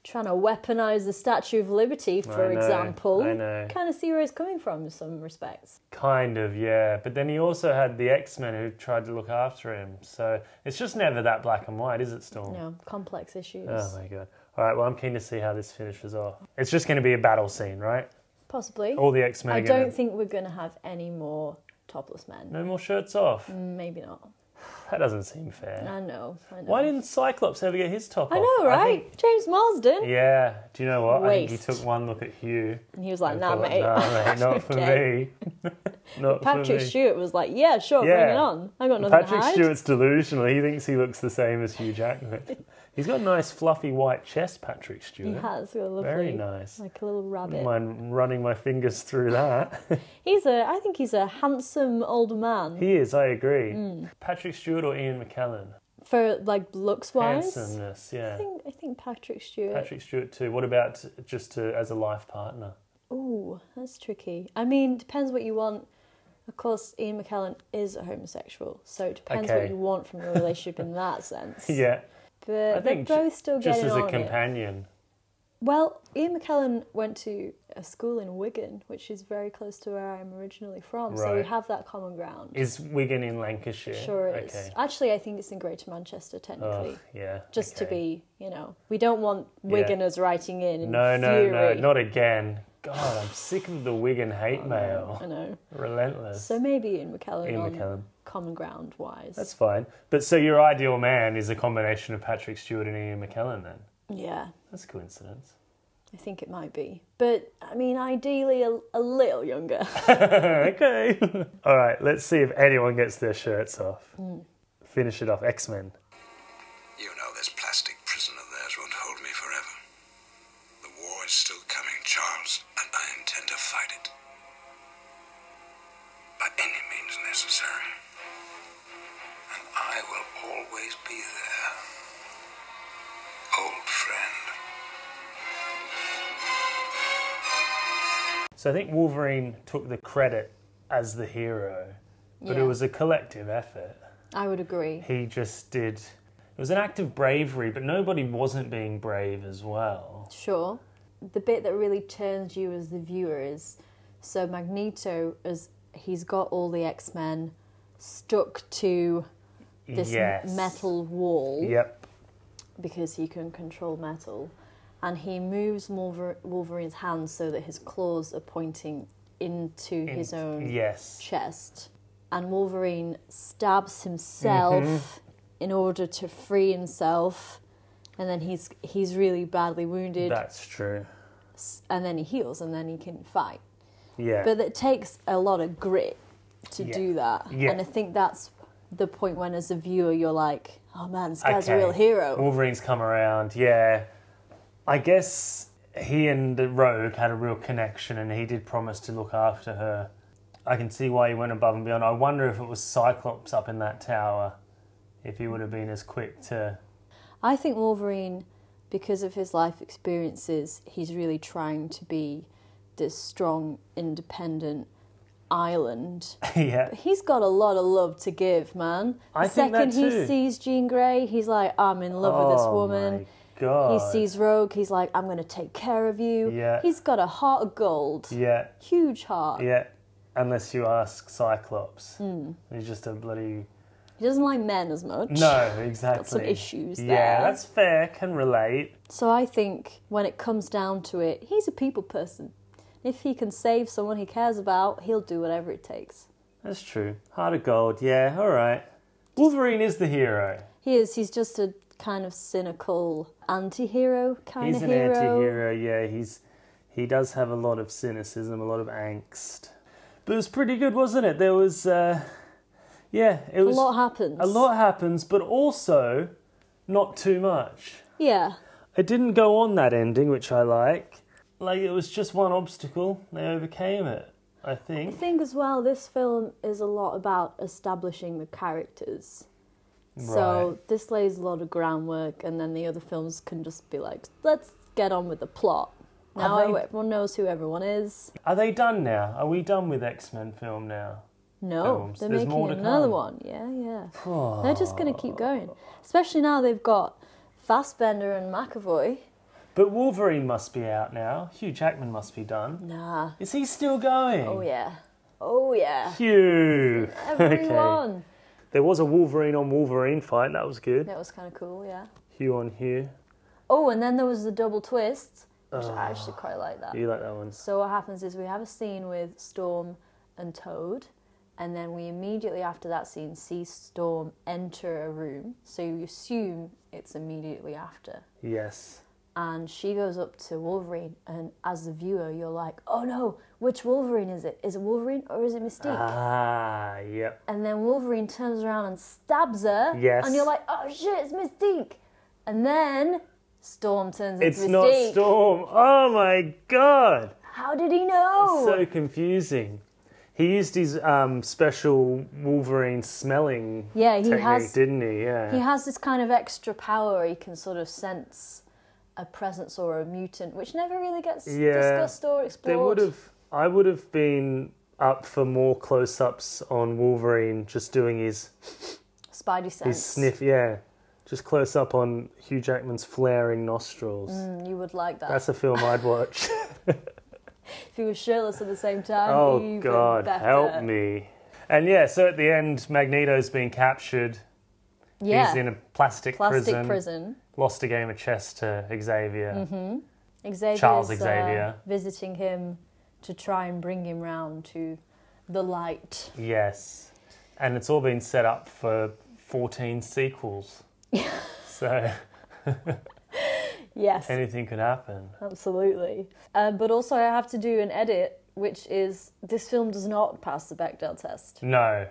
[SPEAKER 2] trying to weaponize the Statue of Liberty, for
[SPEAKER 1] know,
[SPEAKER 2] example.
[SPEAKER 1] I know.
[SPEAKER 2] Kind of see where he's coming from in some respects.
[SPEAKER 1] kind of. Yeah, but then he also had the X Men who tried to look after him. So it's just never that black and white, is it, Storm?
[SPEAKER 2] You know, complex issues.
[SPEAKER 1] Oh my god. All right. Well, I'm keen to see how this finishes off. It's just going to be a battle scene, right?
[SPEAKER 2] Possibly.
[SPEAKER 1] All the X Men.
[SPEAKER 2] I
[SPEAKER 1] are gonna-
[SPEAKER 2] don't think we're going to have any more topless men.
[SPEAKER 1] No more shirts off.
[SPEAKER 2] Maybe not.
[SPEAKER 1] That doesn't seem fair.
[SPEAKER 2] I know. I know.
[SPEAKER 1] Why didn't Cyclops ever get his top
[SPEAKER 2] I
[SPEAKER 1] off?
[SPEAKER 2] know, right?
[SPEAKER 1] think-
[SPEAKER 2] James Marsden.
[SPEAKER 1] yeah. Do you know what? I think
[SPEAKER 2] Waste.
[SPEAKER 1] he took one look at Hugh.
[SPEAKER 2] And he was like,
[SPEAKER 1] and
[SPEAKER 2] nah,
[SPEAKER 1] thought,
[SPEAKER 2] mate.
[SPEAKER 1] Nah, mate, not for
[SPEAKER 2] Okay.
[SPEAKER 1] me. not for
[SPEAKER 2] Patrick
[SPEAKER 1] me.
[SPEAKER 2] Stewart was like, yeah, sure, bring
[SPEAKER 1] Yeah.
[SPEAKER 2] it on. I got nothing
[SPEAKER 1] Patrick
[SPEAKER 2] to hide.
[SPEAKER 1] Stewart's delusional. He thinks he looks the same as Hugh Jackman. He's got a nice fluffy white chest, Patrick Stewart.
[SPEAKER 2] He has got a lovely,
[SPEAKER 1] Very nice.
[SPEAKER 2] like a little rabbit.
[SPEAKER 1] Don't mind running my fingers through that.
[SPEAKER 2] He's a, I think he's a handsome old man
[SPEAKER 1] he is, I agree.
[SPEAKER 2] Hmm.
[SPEAKER 1] Patrick Stewart or Ian McKellen?
[SPEAKER 2] for like looks wise.
[SPEAKER 1] Handsomeness,
[SPEAKER 2] I
[SPEAKER 1] yeah.
[SPEAKER 2] think I think Patrick Stewart.
[SPEAKER 1] Patrick Stewart too. What about just to, as a life partner?
[SPEAKER 2] Ooh, that's tricky. I mean, depends what you want. Of course, Ian McKellen is a homosexual, so it depends what
[SPEAKER 1] Okay.
[SPEAKER 2] you want from your relationship in that sense.
[SPEAKER 1] Yeah.
[SPEAKER 2] but
[SPEAKER 1] I think
[SPEAKER 2] they're
[SPEAKER 1] ju-
[SPEAKER 2] both still
[SPEAKER 1] just
[SPEAKER 2] getting
[SPEAKER 1] as a
[SPEAKER 2] on it.
[SPEAKER 1] companion.
[SPEAKER 2] Well, Ian McKellen went to a school in Wigan, which is very close to where I'm originally from, so we
[SPEAKER 1] Right.
[SPEAKER 2] have that common ground.
[SPEAKER 1] Is Wigan in Lancashire?
[SPEAKER 2] sure is.
[SPEAKER 1] Okay.
[SPEAKER 2] Actually, I think it's in Greater Manchester, technically.
[SPEAKER 1] Ugh, yeah.
[SPEAKER 2] Just to
[SPEAKER 1] okay.
[SPEAKER 2] be, you know, we don't want Wiganers writing in. in
[SPEAKER 1] No, no, no,
[SPEAKER 2] fury.
[SPEAKER 1] not again. God, I'm sick of the Wigan hate mail.
[SPEAKER 2] I know.
[SPEAKER 1] Relentless.
[SPEAKER 2] Oh, So maybe Ian McKellen
[SPEAKER 1] Ian
[SPEAKER 2] on
[SPEAKER 1] McKellen.
[SPEAKER 2] common ground wise.
[SPEAKER 1] That's fine. But so your ideal man is a combination of Patrick Stewart and Ian McKellen then?
[SPEAKER 2] yeah,
[SPEAKER 1] That's a coincidence.
[SPEAKER 2] I think it might be. But I mean, ideally, a, a little younger.
[SPEAKER 1] okay. All right, let's see if anyone gets their shirts off.
[SPEAKER 2] Hmm.
[SPEAKER 1] Finish it off. X Men.
[SPEAKER 3] You know this plastic prison of theirs won't hold me forever. The war is still coming, Charles, and I intend to fight it. By any means necessary. And I will always be there. Old friend.
[SPEAKER 1] So I think Wolverine took the credit as the hero, but
[SPEAKER 2] Yeah.
[SPEAKER 1] it was a collective effort.
[SPEAKER 2] I would agree.
[SPEAKER 1] He just did.
[SPEAKER 6] It was an act of bravery, but nobody wasn't being brave as well.
[SPEAKER 2] Sure. The bit that really turns you as the viewer is so Magneto as he's got all the X Men stuck to this m-
[SPEAKER 1] Yes.
[SPEAKER 2] metal wall
[SPEAKER 1] Yep.
[SPEAKER 2] because he can control metal, and he moves Wolver- Wolverine's hands so that his claws are pointing into his own
[SPEAKER 1] Yes.
[SPEAKER 2] chest, and Wolverine stabs himself
[SPEAKER 1] Mm-hmm.
[SPEAKER 2] in order to free himself, and then he's he's really badly wounded,
[SPEAKER 1] That's true.
[SPEAKER 2] and then he heals, and then he can fight.
[SPEAKER 1] Yeah.
[SPEAKER 2] But it takes a lot of grit to do that,
[SPEAKER 1] Yeah.
[SPEAKER 2] and I think that's the point when, as a viewer, you're like, "Oh man, this guy's
[SPEAKER 1] Okay.
[SPEAKER 2] a real hero."
[SPEAKER 1] Wolverine's come around, yeah. I guess he and the Rogue had a real connection and he did promise to look after her. I can see why he went above and beyond. I wonder if it was Cyclops up in that tower, if he would have been as quick to.
[SPEAKER 2] I think Wolverine, because of his life experiences, he's really trying to be this strong, independent island
[SPEAKER 1] yeah.
[SPEAKER 2] He's got a lot of love to give, man. The
[SPEAKER 1] I think that
[SPEAKER 2] second
[SPEAKER 1] too.
[SPEAKER 2] he sees Jean Grey, he's like, I'm in love with this
[SPEAKER 1] Oh
[SPEAKER 2] woman.
[SPEAKER 1] My God.
[SPEAKER 2] He sees Rogue, he's like, I'm going to take care of you.
[SPEAKER 1] Yeah.
[SPEAKER 2] He's got a heart of gold.
[SPEAKER 1] Yeah,
[SPEAKER 2] Huge heart.
[SPEAKER 1] yeah. Unless you ask Cyclops.
[SPEAKER 2] Hmm.
[SPEAKER 1] He's just a bloody.
[SPEAKER 2] He doesn't like men as much.
[SPEAKER 1] No, exactly.
[SPEAKER 2] issues
[SPEAKER 1] Yeah,
[SPEAKER 2] there.
[SPEAKER 1] that's fair. Can relate.
[SPEAKER 2] So I think when it comes down to it, he's a people person. If he can save someone he cares about, he'll do whatever it takes.
[SPEAKER 1] That's true. Heart of gold. Yeah, all right. Wolverine is the hero.
[SPEAKER 2] He is, he's just a kind of cynical anti hero kind
[SPEAKER 1] He's
[SPEAKER 2] of
[SPEAKER 1] an
[SPEAKER 2] hero.
[SPEAKER 1] anti-hero. Yeah, he's he does have a lot of cynicism, a lot of angst. But it was pretty good, wasn't it? There was, uh, yeah, it
[SPEAKER 2] A
[SPEAKER 1] was.
[SPEAKER 2] lot happens.
[SPEAKER 1] a lot happens, but also not too much.
[SPEAKER 2] Yeah.
[SPEAKER 1] It didn't go on that ending, which I like. Like it was just one obstacle. They overcame it. I
[SPEAKER 2] I
[SPEAKER 1] think.
[SPEAKER 2] think as well, this film is a lot about establishing the characters. So this lays a lot of groundwork, and then the other films can just be like, let's get on with the plot. Now
[SPEAKER 1] they-
[SPEAKER 2] everyone knows who everyone is.
[SPEAKER 1] Are they done now? Are we done with X Men film now?
[SPEAKER 2] No,
[SPEAKER 1] Films.
[SPEAKER 2] they're
[SPEAKER 1] Oh, There's more
[SPEAKER 2] making
[SPEAKER 1] to
[SPEAKER 2] another
[SPEAKER 1] come.
[SPEAKER 2] one. Yeah, yeah. They're just going to keep going. Especially now they've got Fassbender and McAvoy.
[SPEAKER 1] But Wolverine must be out now. Hugh Jackman must be done.
[SPEAKER 2] Nah.
[SPEAKER 1] Is he still going?
[SPEAKER 2] Oh, yeah. Oh, yeah.
[SPEAKER 1] Hugh.
[SPEAKER 2] Everyone.
[SPEAKER 1] There was a Wolverine on Wolverine fight. That was good.
[SPEAKER 2] That was kind of cool, yeah.
[SPEAKER 1] Hugh on Hugh.
[SPEAKER 2] Oh, and then there was the double twist, which
[SPEAKER 1] Ah.
[SPEAKER 2] I actually quite like that.
[SPEAKER 1] You like that one?
[SPEAKER 2] So what happens is we have a scene with Storm and Toad, and then we immediately after that scene see Storm enter a room. So you assume it's immediately after.
[SPEAKER 1] Yes.
[SPEAKER 2] And she goes up to Wolverine, and as the viewer, you're like, oh no, which Wolverine is it? Is it Wolverine or is it Mystique?
[SPEAKER 1] Ah, yep.
[SPEAKER 2] and then Wolverine turns around and stabs her.
[SPEAKER 1] Yes.
[SPEAKER 2] And you're like, oh shit, it's Mystique. And then Storm turns
[SPEAKER 1] It's
[SPEAKER 2] into
[SPEAKER 1] not
[SPEAKER 2] Mystique.
[SPEAKER 1] Storm. Oh my god.
[SPEAKER 2] How did he know?
[SPEAKER 1] So confusing. He used his um, special Wolverine smelling
[SPEAKER 2] Yeah, he
[SPEAKER 1] technique,
[SPEAKER 2] has-
[SPEAKER 1] didn't he? Yeah.
[SPEAKER 2] He has this kind of extra power. He can sort of sense a presence or a mutant, which never really gets
[SPEAKER 1] Yeah.
[SPEAKER 2] discussed or
[SPEAKER 1] They
[SPEAKER 2] explored.
[SPEAKER 1] would have. I would have been up for more close-ups on Wolverine just doing his
[SPEAKER 2] Spidey sense.
[SPEAKER 1] his sniff. Yeah, just close up on Hugh Jackman's flaring nostrils.
[SPEAKER 2] Mm, You would like that.
[SPEAKER 1] That's a film I'd watch.
[SPEAKER 2] if he was shirtless at the same time.
[SPEAKER 1] oh
[SPEAKER 2] even
[SPEAKER 1] God,
[SPEAKER 2] better.
[SPEAKER 1] help me! And yeah, so at the end, Magneto's being captured.
[SPEAKER 2] Yeah.
[SPEAKER 1] He's in a plastic,
[SPEAKER 2] plastic
[SPEAKER 1] prison.
[SPEAKER 2] prison.
[SPEAKER 1] Lost a game of chess to Xavier.
[SPEAKER 2] Xavier's,
[SPEAKER 1] Charles
[SPEAKER 2] uh,
[SPEAKER 1] Xavier.
[SPEAKER 2] visiting him to try and bring him round to the light.
[SPEAKER 1] Mm. Yes, and it's all been set up for fourteen sequels. so
[SPEAKER 2] Yes,
[SPEAKER 1] anything could happen.
[SPEAKER 2] absolutely. Um, but also, I have to do an edit, which is this film does not pass the Bechdel test.
[SPEAKER 1] No.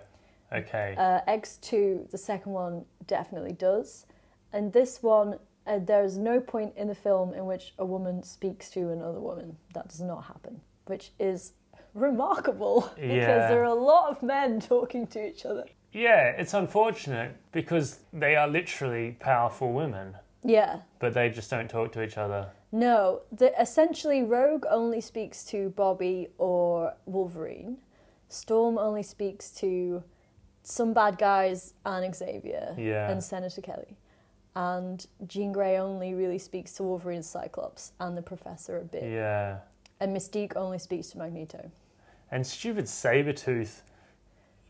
[SPEAKER 1] Okay.
[SPEAKER 2] Uh, X2, the second one, definitely does. And this one, uh, there is no point in the film in which a woman speaks to another woman. That does not happen, which is remarkable because
[SPEAKER 1] Yeah.
[SPEAKER 2] there are a lot of men talking to each other.
[SPEAKER 1] yeah, it's unfortunate because they are literally powerful women,
[SPEAKER 2] Yeah.
[SPEAKER 1] but they just don't talk to each other.
[SPEAKER 2] No, the, essentially, Rogue only speaks to Bobby or Wolverine. Storm only speaks to some bad guys and Xavier
[SPEAKER 1] Yeah.
[SPEAKER 2] and Senator Kelly. and Jean Grey only really speaks to Wolverine, Cyclops, and the Professor a bit,
[SPEAKER 1] Yeah.
[SPEAKER 2] and Mystique only speaks to Magneto.
[SPEAKER 1] And stupid Sabretooth.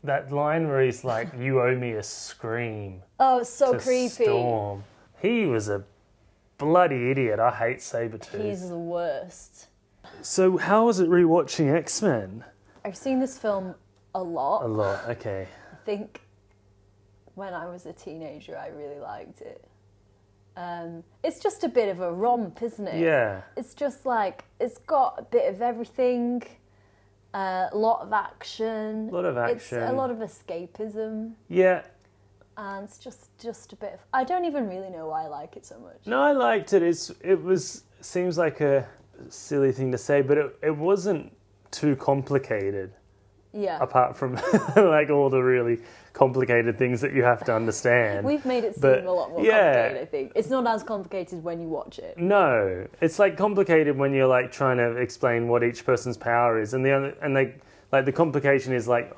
[SPEAKER 1] That line where he's like, You owe me a scream.
[SPEAKER 2] Oh, it's so
[SPEAKER 1] to
[SPEAKER 2] creepy.
[SPEAKER 1] Storm. He was a bloody idiot. I hate Sabretooth.
[SPEAKER 2] He's the worst.
[SPEAKER 1] So, how was it rewatching X Men?
[SPEAKER 2] I've seen this film a
[SPEAKER 1] A
[SPEAKER 2] lot.
[SPEAKER 1] lot, okay.
[SPEAKER 2] I think when I was a teenager, I really liked it. Um, it's just a bit of a romp, isn't it?
[SPEAKER 1] Yeah.
[SPEAKER 2] It's just like it's got a bit of everything, a lot of action,
[SPEAKER 1] Lot of
[SPEAKER 2] it's a
[SPEAKER 1] action.
[SPEAKER 2] lot of escapism,
[SPEAKER 1] Yeah.
[SPEAKER 2] and it's just just a bit of. I don't even really know why I like it so much.
[SPEAKER 1] No, I liked it. It's it was seems like a silly thing to say, but it, it wasn't too complicated.
[SPEAKER 2] Yeah,
[SPEAKER 1] Apart from like all the really complicated things that you have to understand.
[SPEAKER 2] we've made it seem
[SPEAKER 1] but-
[SPEAKER 2] a lot more
[SPEAKER 1] yeah.
[SPEAKER 2] complicated. I think it's not as complicated when you watch it.
[SPEAKER 1] No, it's like complicated when you're like trying to explain what each person's power is, and the other, and they like the complication is like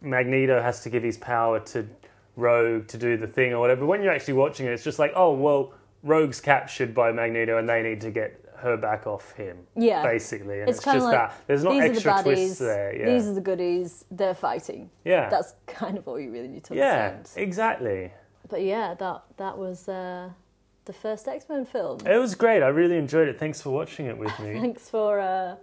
[SPEAKER 1] Magneto has to give his power to Rogue to do the thing or whatever. When you're actually watching it, it's just like, oh well, Rogue's captured by Magneto, and they need to get her back off him.
[SPEAKER 2] Yeah.
[SPEAKER 1] basically, and it's,
[SPEAKER 2] kinda
[SPEAKER 1] just that. There's not
[SPEAKER 2] these
[SPEAKER 1] extra
[SPEAKER 2] are the baddies,
[SPEAKER 1] twists there. Yeah,
[SPEAKER 2] These are the goodies. They're fighting.
[SPEAKER 1] Yeah.
[SPEAKER 2] That's kind of all you really need to
[SPEAKER 1] yeah,
[SPEAKER 2] understand.
[SPEAKER 1] exactly.
[SPEAKER 2] But yeah, that that was uh, the first X Men film.
[SPEAKER 1] It was great. I really enjoyed it. Thanks for watching it with me.
[SPEAKER 2] Thanks for uh,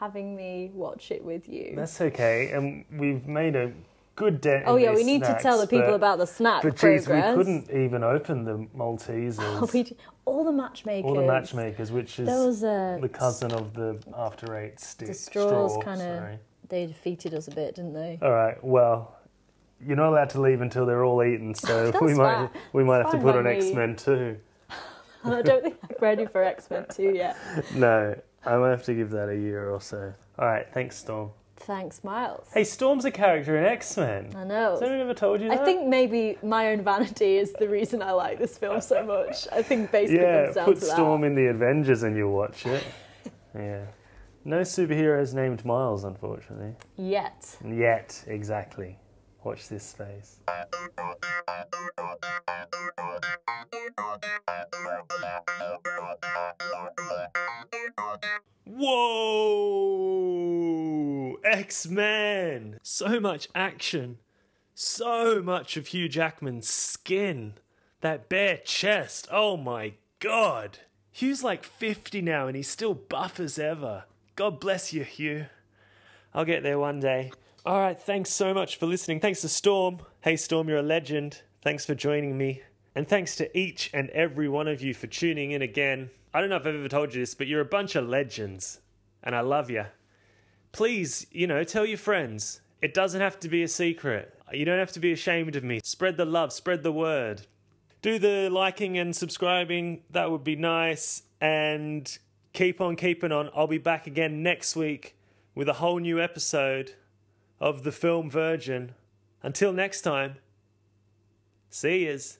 [SPEAKER 2] having me watch it with you.
[SPEAKER 1] That's okay, and we've made a good dent.
[SPEAKER 2] oh
[SPEAKER 1] in
[SPEAKER 2] yeah, we
[SPEAKER 1] these
[SPEAKER 2] need
[SPEAKER 1] snacks,
[SPEAKER 2] to tell the people
[SPEAKER 1] but-
[SPEAKER 2] about the snack
[SPEAKER 1] But geez,
[SPEAKER 2] progress.
[SPEAKER 1] we couldn't even open the Maltesers
[SPEAKER 2] We d- all the matchmakers.
[SPEAKER 1] or the matchmakers, which is
[SPEAKER 2] There was a
[SPEAKER 1] the cousin of the after eight stick.
[SPEAKER 2] the straws
[SPEAKER 1] straw,
[SPEAKER 2] kind
[SPEAKER 1] sorry.
[SPEAKER 2] of. They defeated us a bit, didn't they?
[SPEAKER 1] All right. Well, you're not allowed to leave until they're all eaten, so
[SPEAKER 2] That's
[SPEAKER 1] we might
[SPEAKER 2] fine.
[SPEAKER 1] we might have
[SPEAKER 2] It's
[SPEAKER 1] to
[SPEAKER 2] fine
[SPEAKER 1] put on
[SPEAKER 2] by me.
[SPEAKER 1] X Men too.
[SPEAKER 2] And I don't think I'm ready for X Men Two yet.
[SPEAKER 1] No, I might have to give that a year or so. All right. Thanks, Storm.
[SPEAKER 2] Thanks, Miles.
[SPEAKER 1] Hey, Storm's a character in X Men.
[SPEAKER 2] I know.
[SPEAKER 1] Has anyone ever told you
[SPEAKER 2] I
[SPEAKER 1] that?
[SPEAKER 2] think maybe my own vanity is the reason I like this film so much. I think basically
[SPEAKER 1] Yeah,
[SPEAKER 2] comes down
[SPEAKER 1] put
[SPEAKER 2] to
[SPEAKER 1] Storm in the Avengers and you'll watch it. yeah. No superheroes named Miles, unfortunately.
[SPEAKER 2] that. Yet.
[SPEAKER 1] Yet, exactly. Watch this space.
[SPEAKER 6] Whoa! X Men! So much action. So much of Hugh Jackman's skin. That bare chest. Oh my god. Hugh's like 50 now and he's still buff as ever. God bless you, Hugh. I'll get there one day. All right, thanks so much for listening. Thanks to Storm. Hey, Storm, you're a legend. Thanks for joining me. And thanks to each and every one of you for tuning in again. I don't know if I've ever told you this, but you're a bunch of legends. And I love you. Please, you know, tell your friends. It doesn't have to be a secret. You don't have to be ashamed of me. Spread the love, spread the word. Do the liking and subscribing. That would be nice. And keep on keeping on. I'll be back again next week with a whole new episode of The Film Virgin. Until next time, see yous.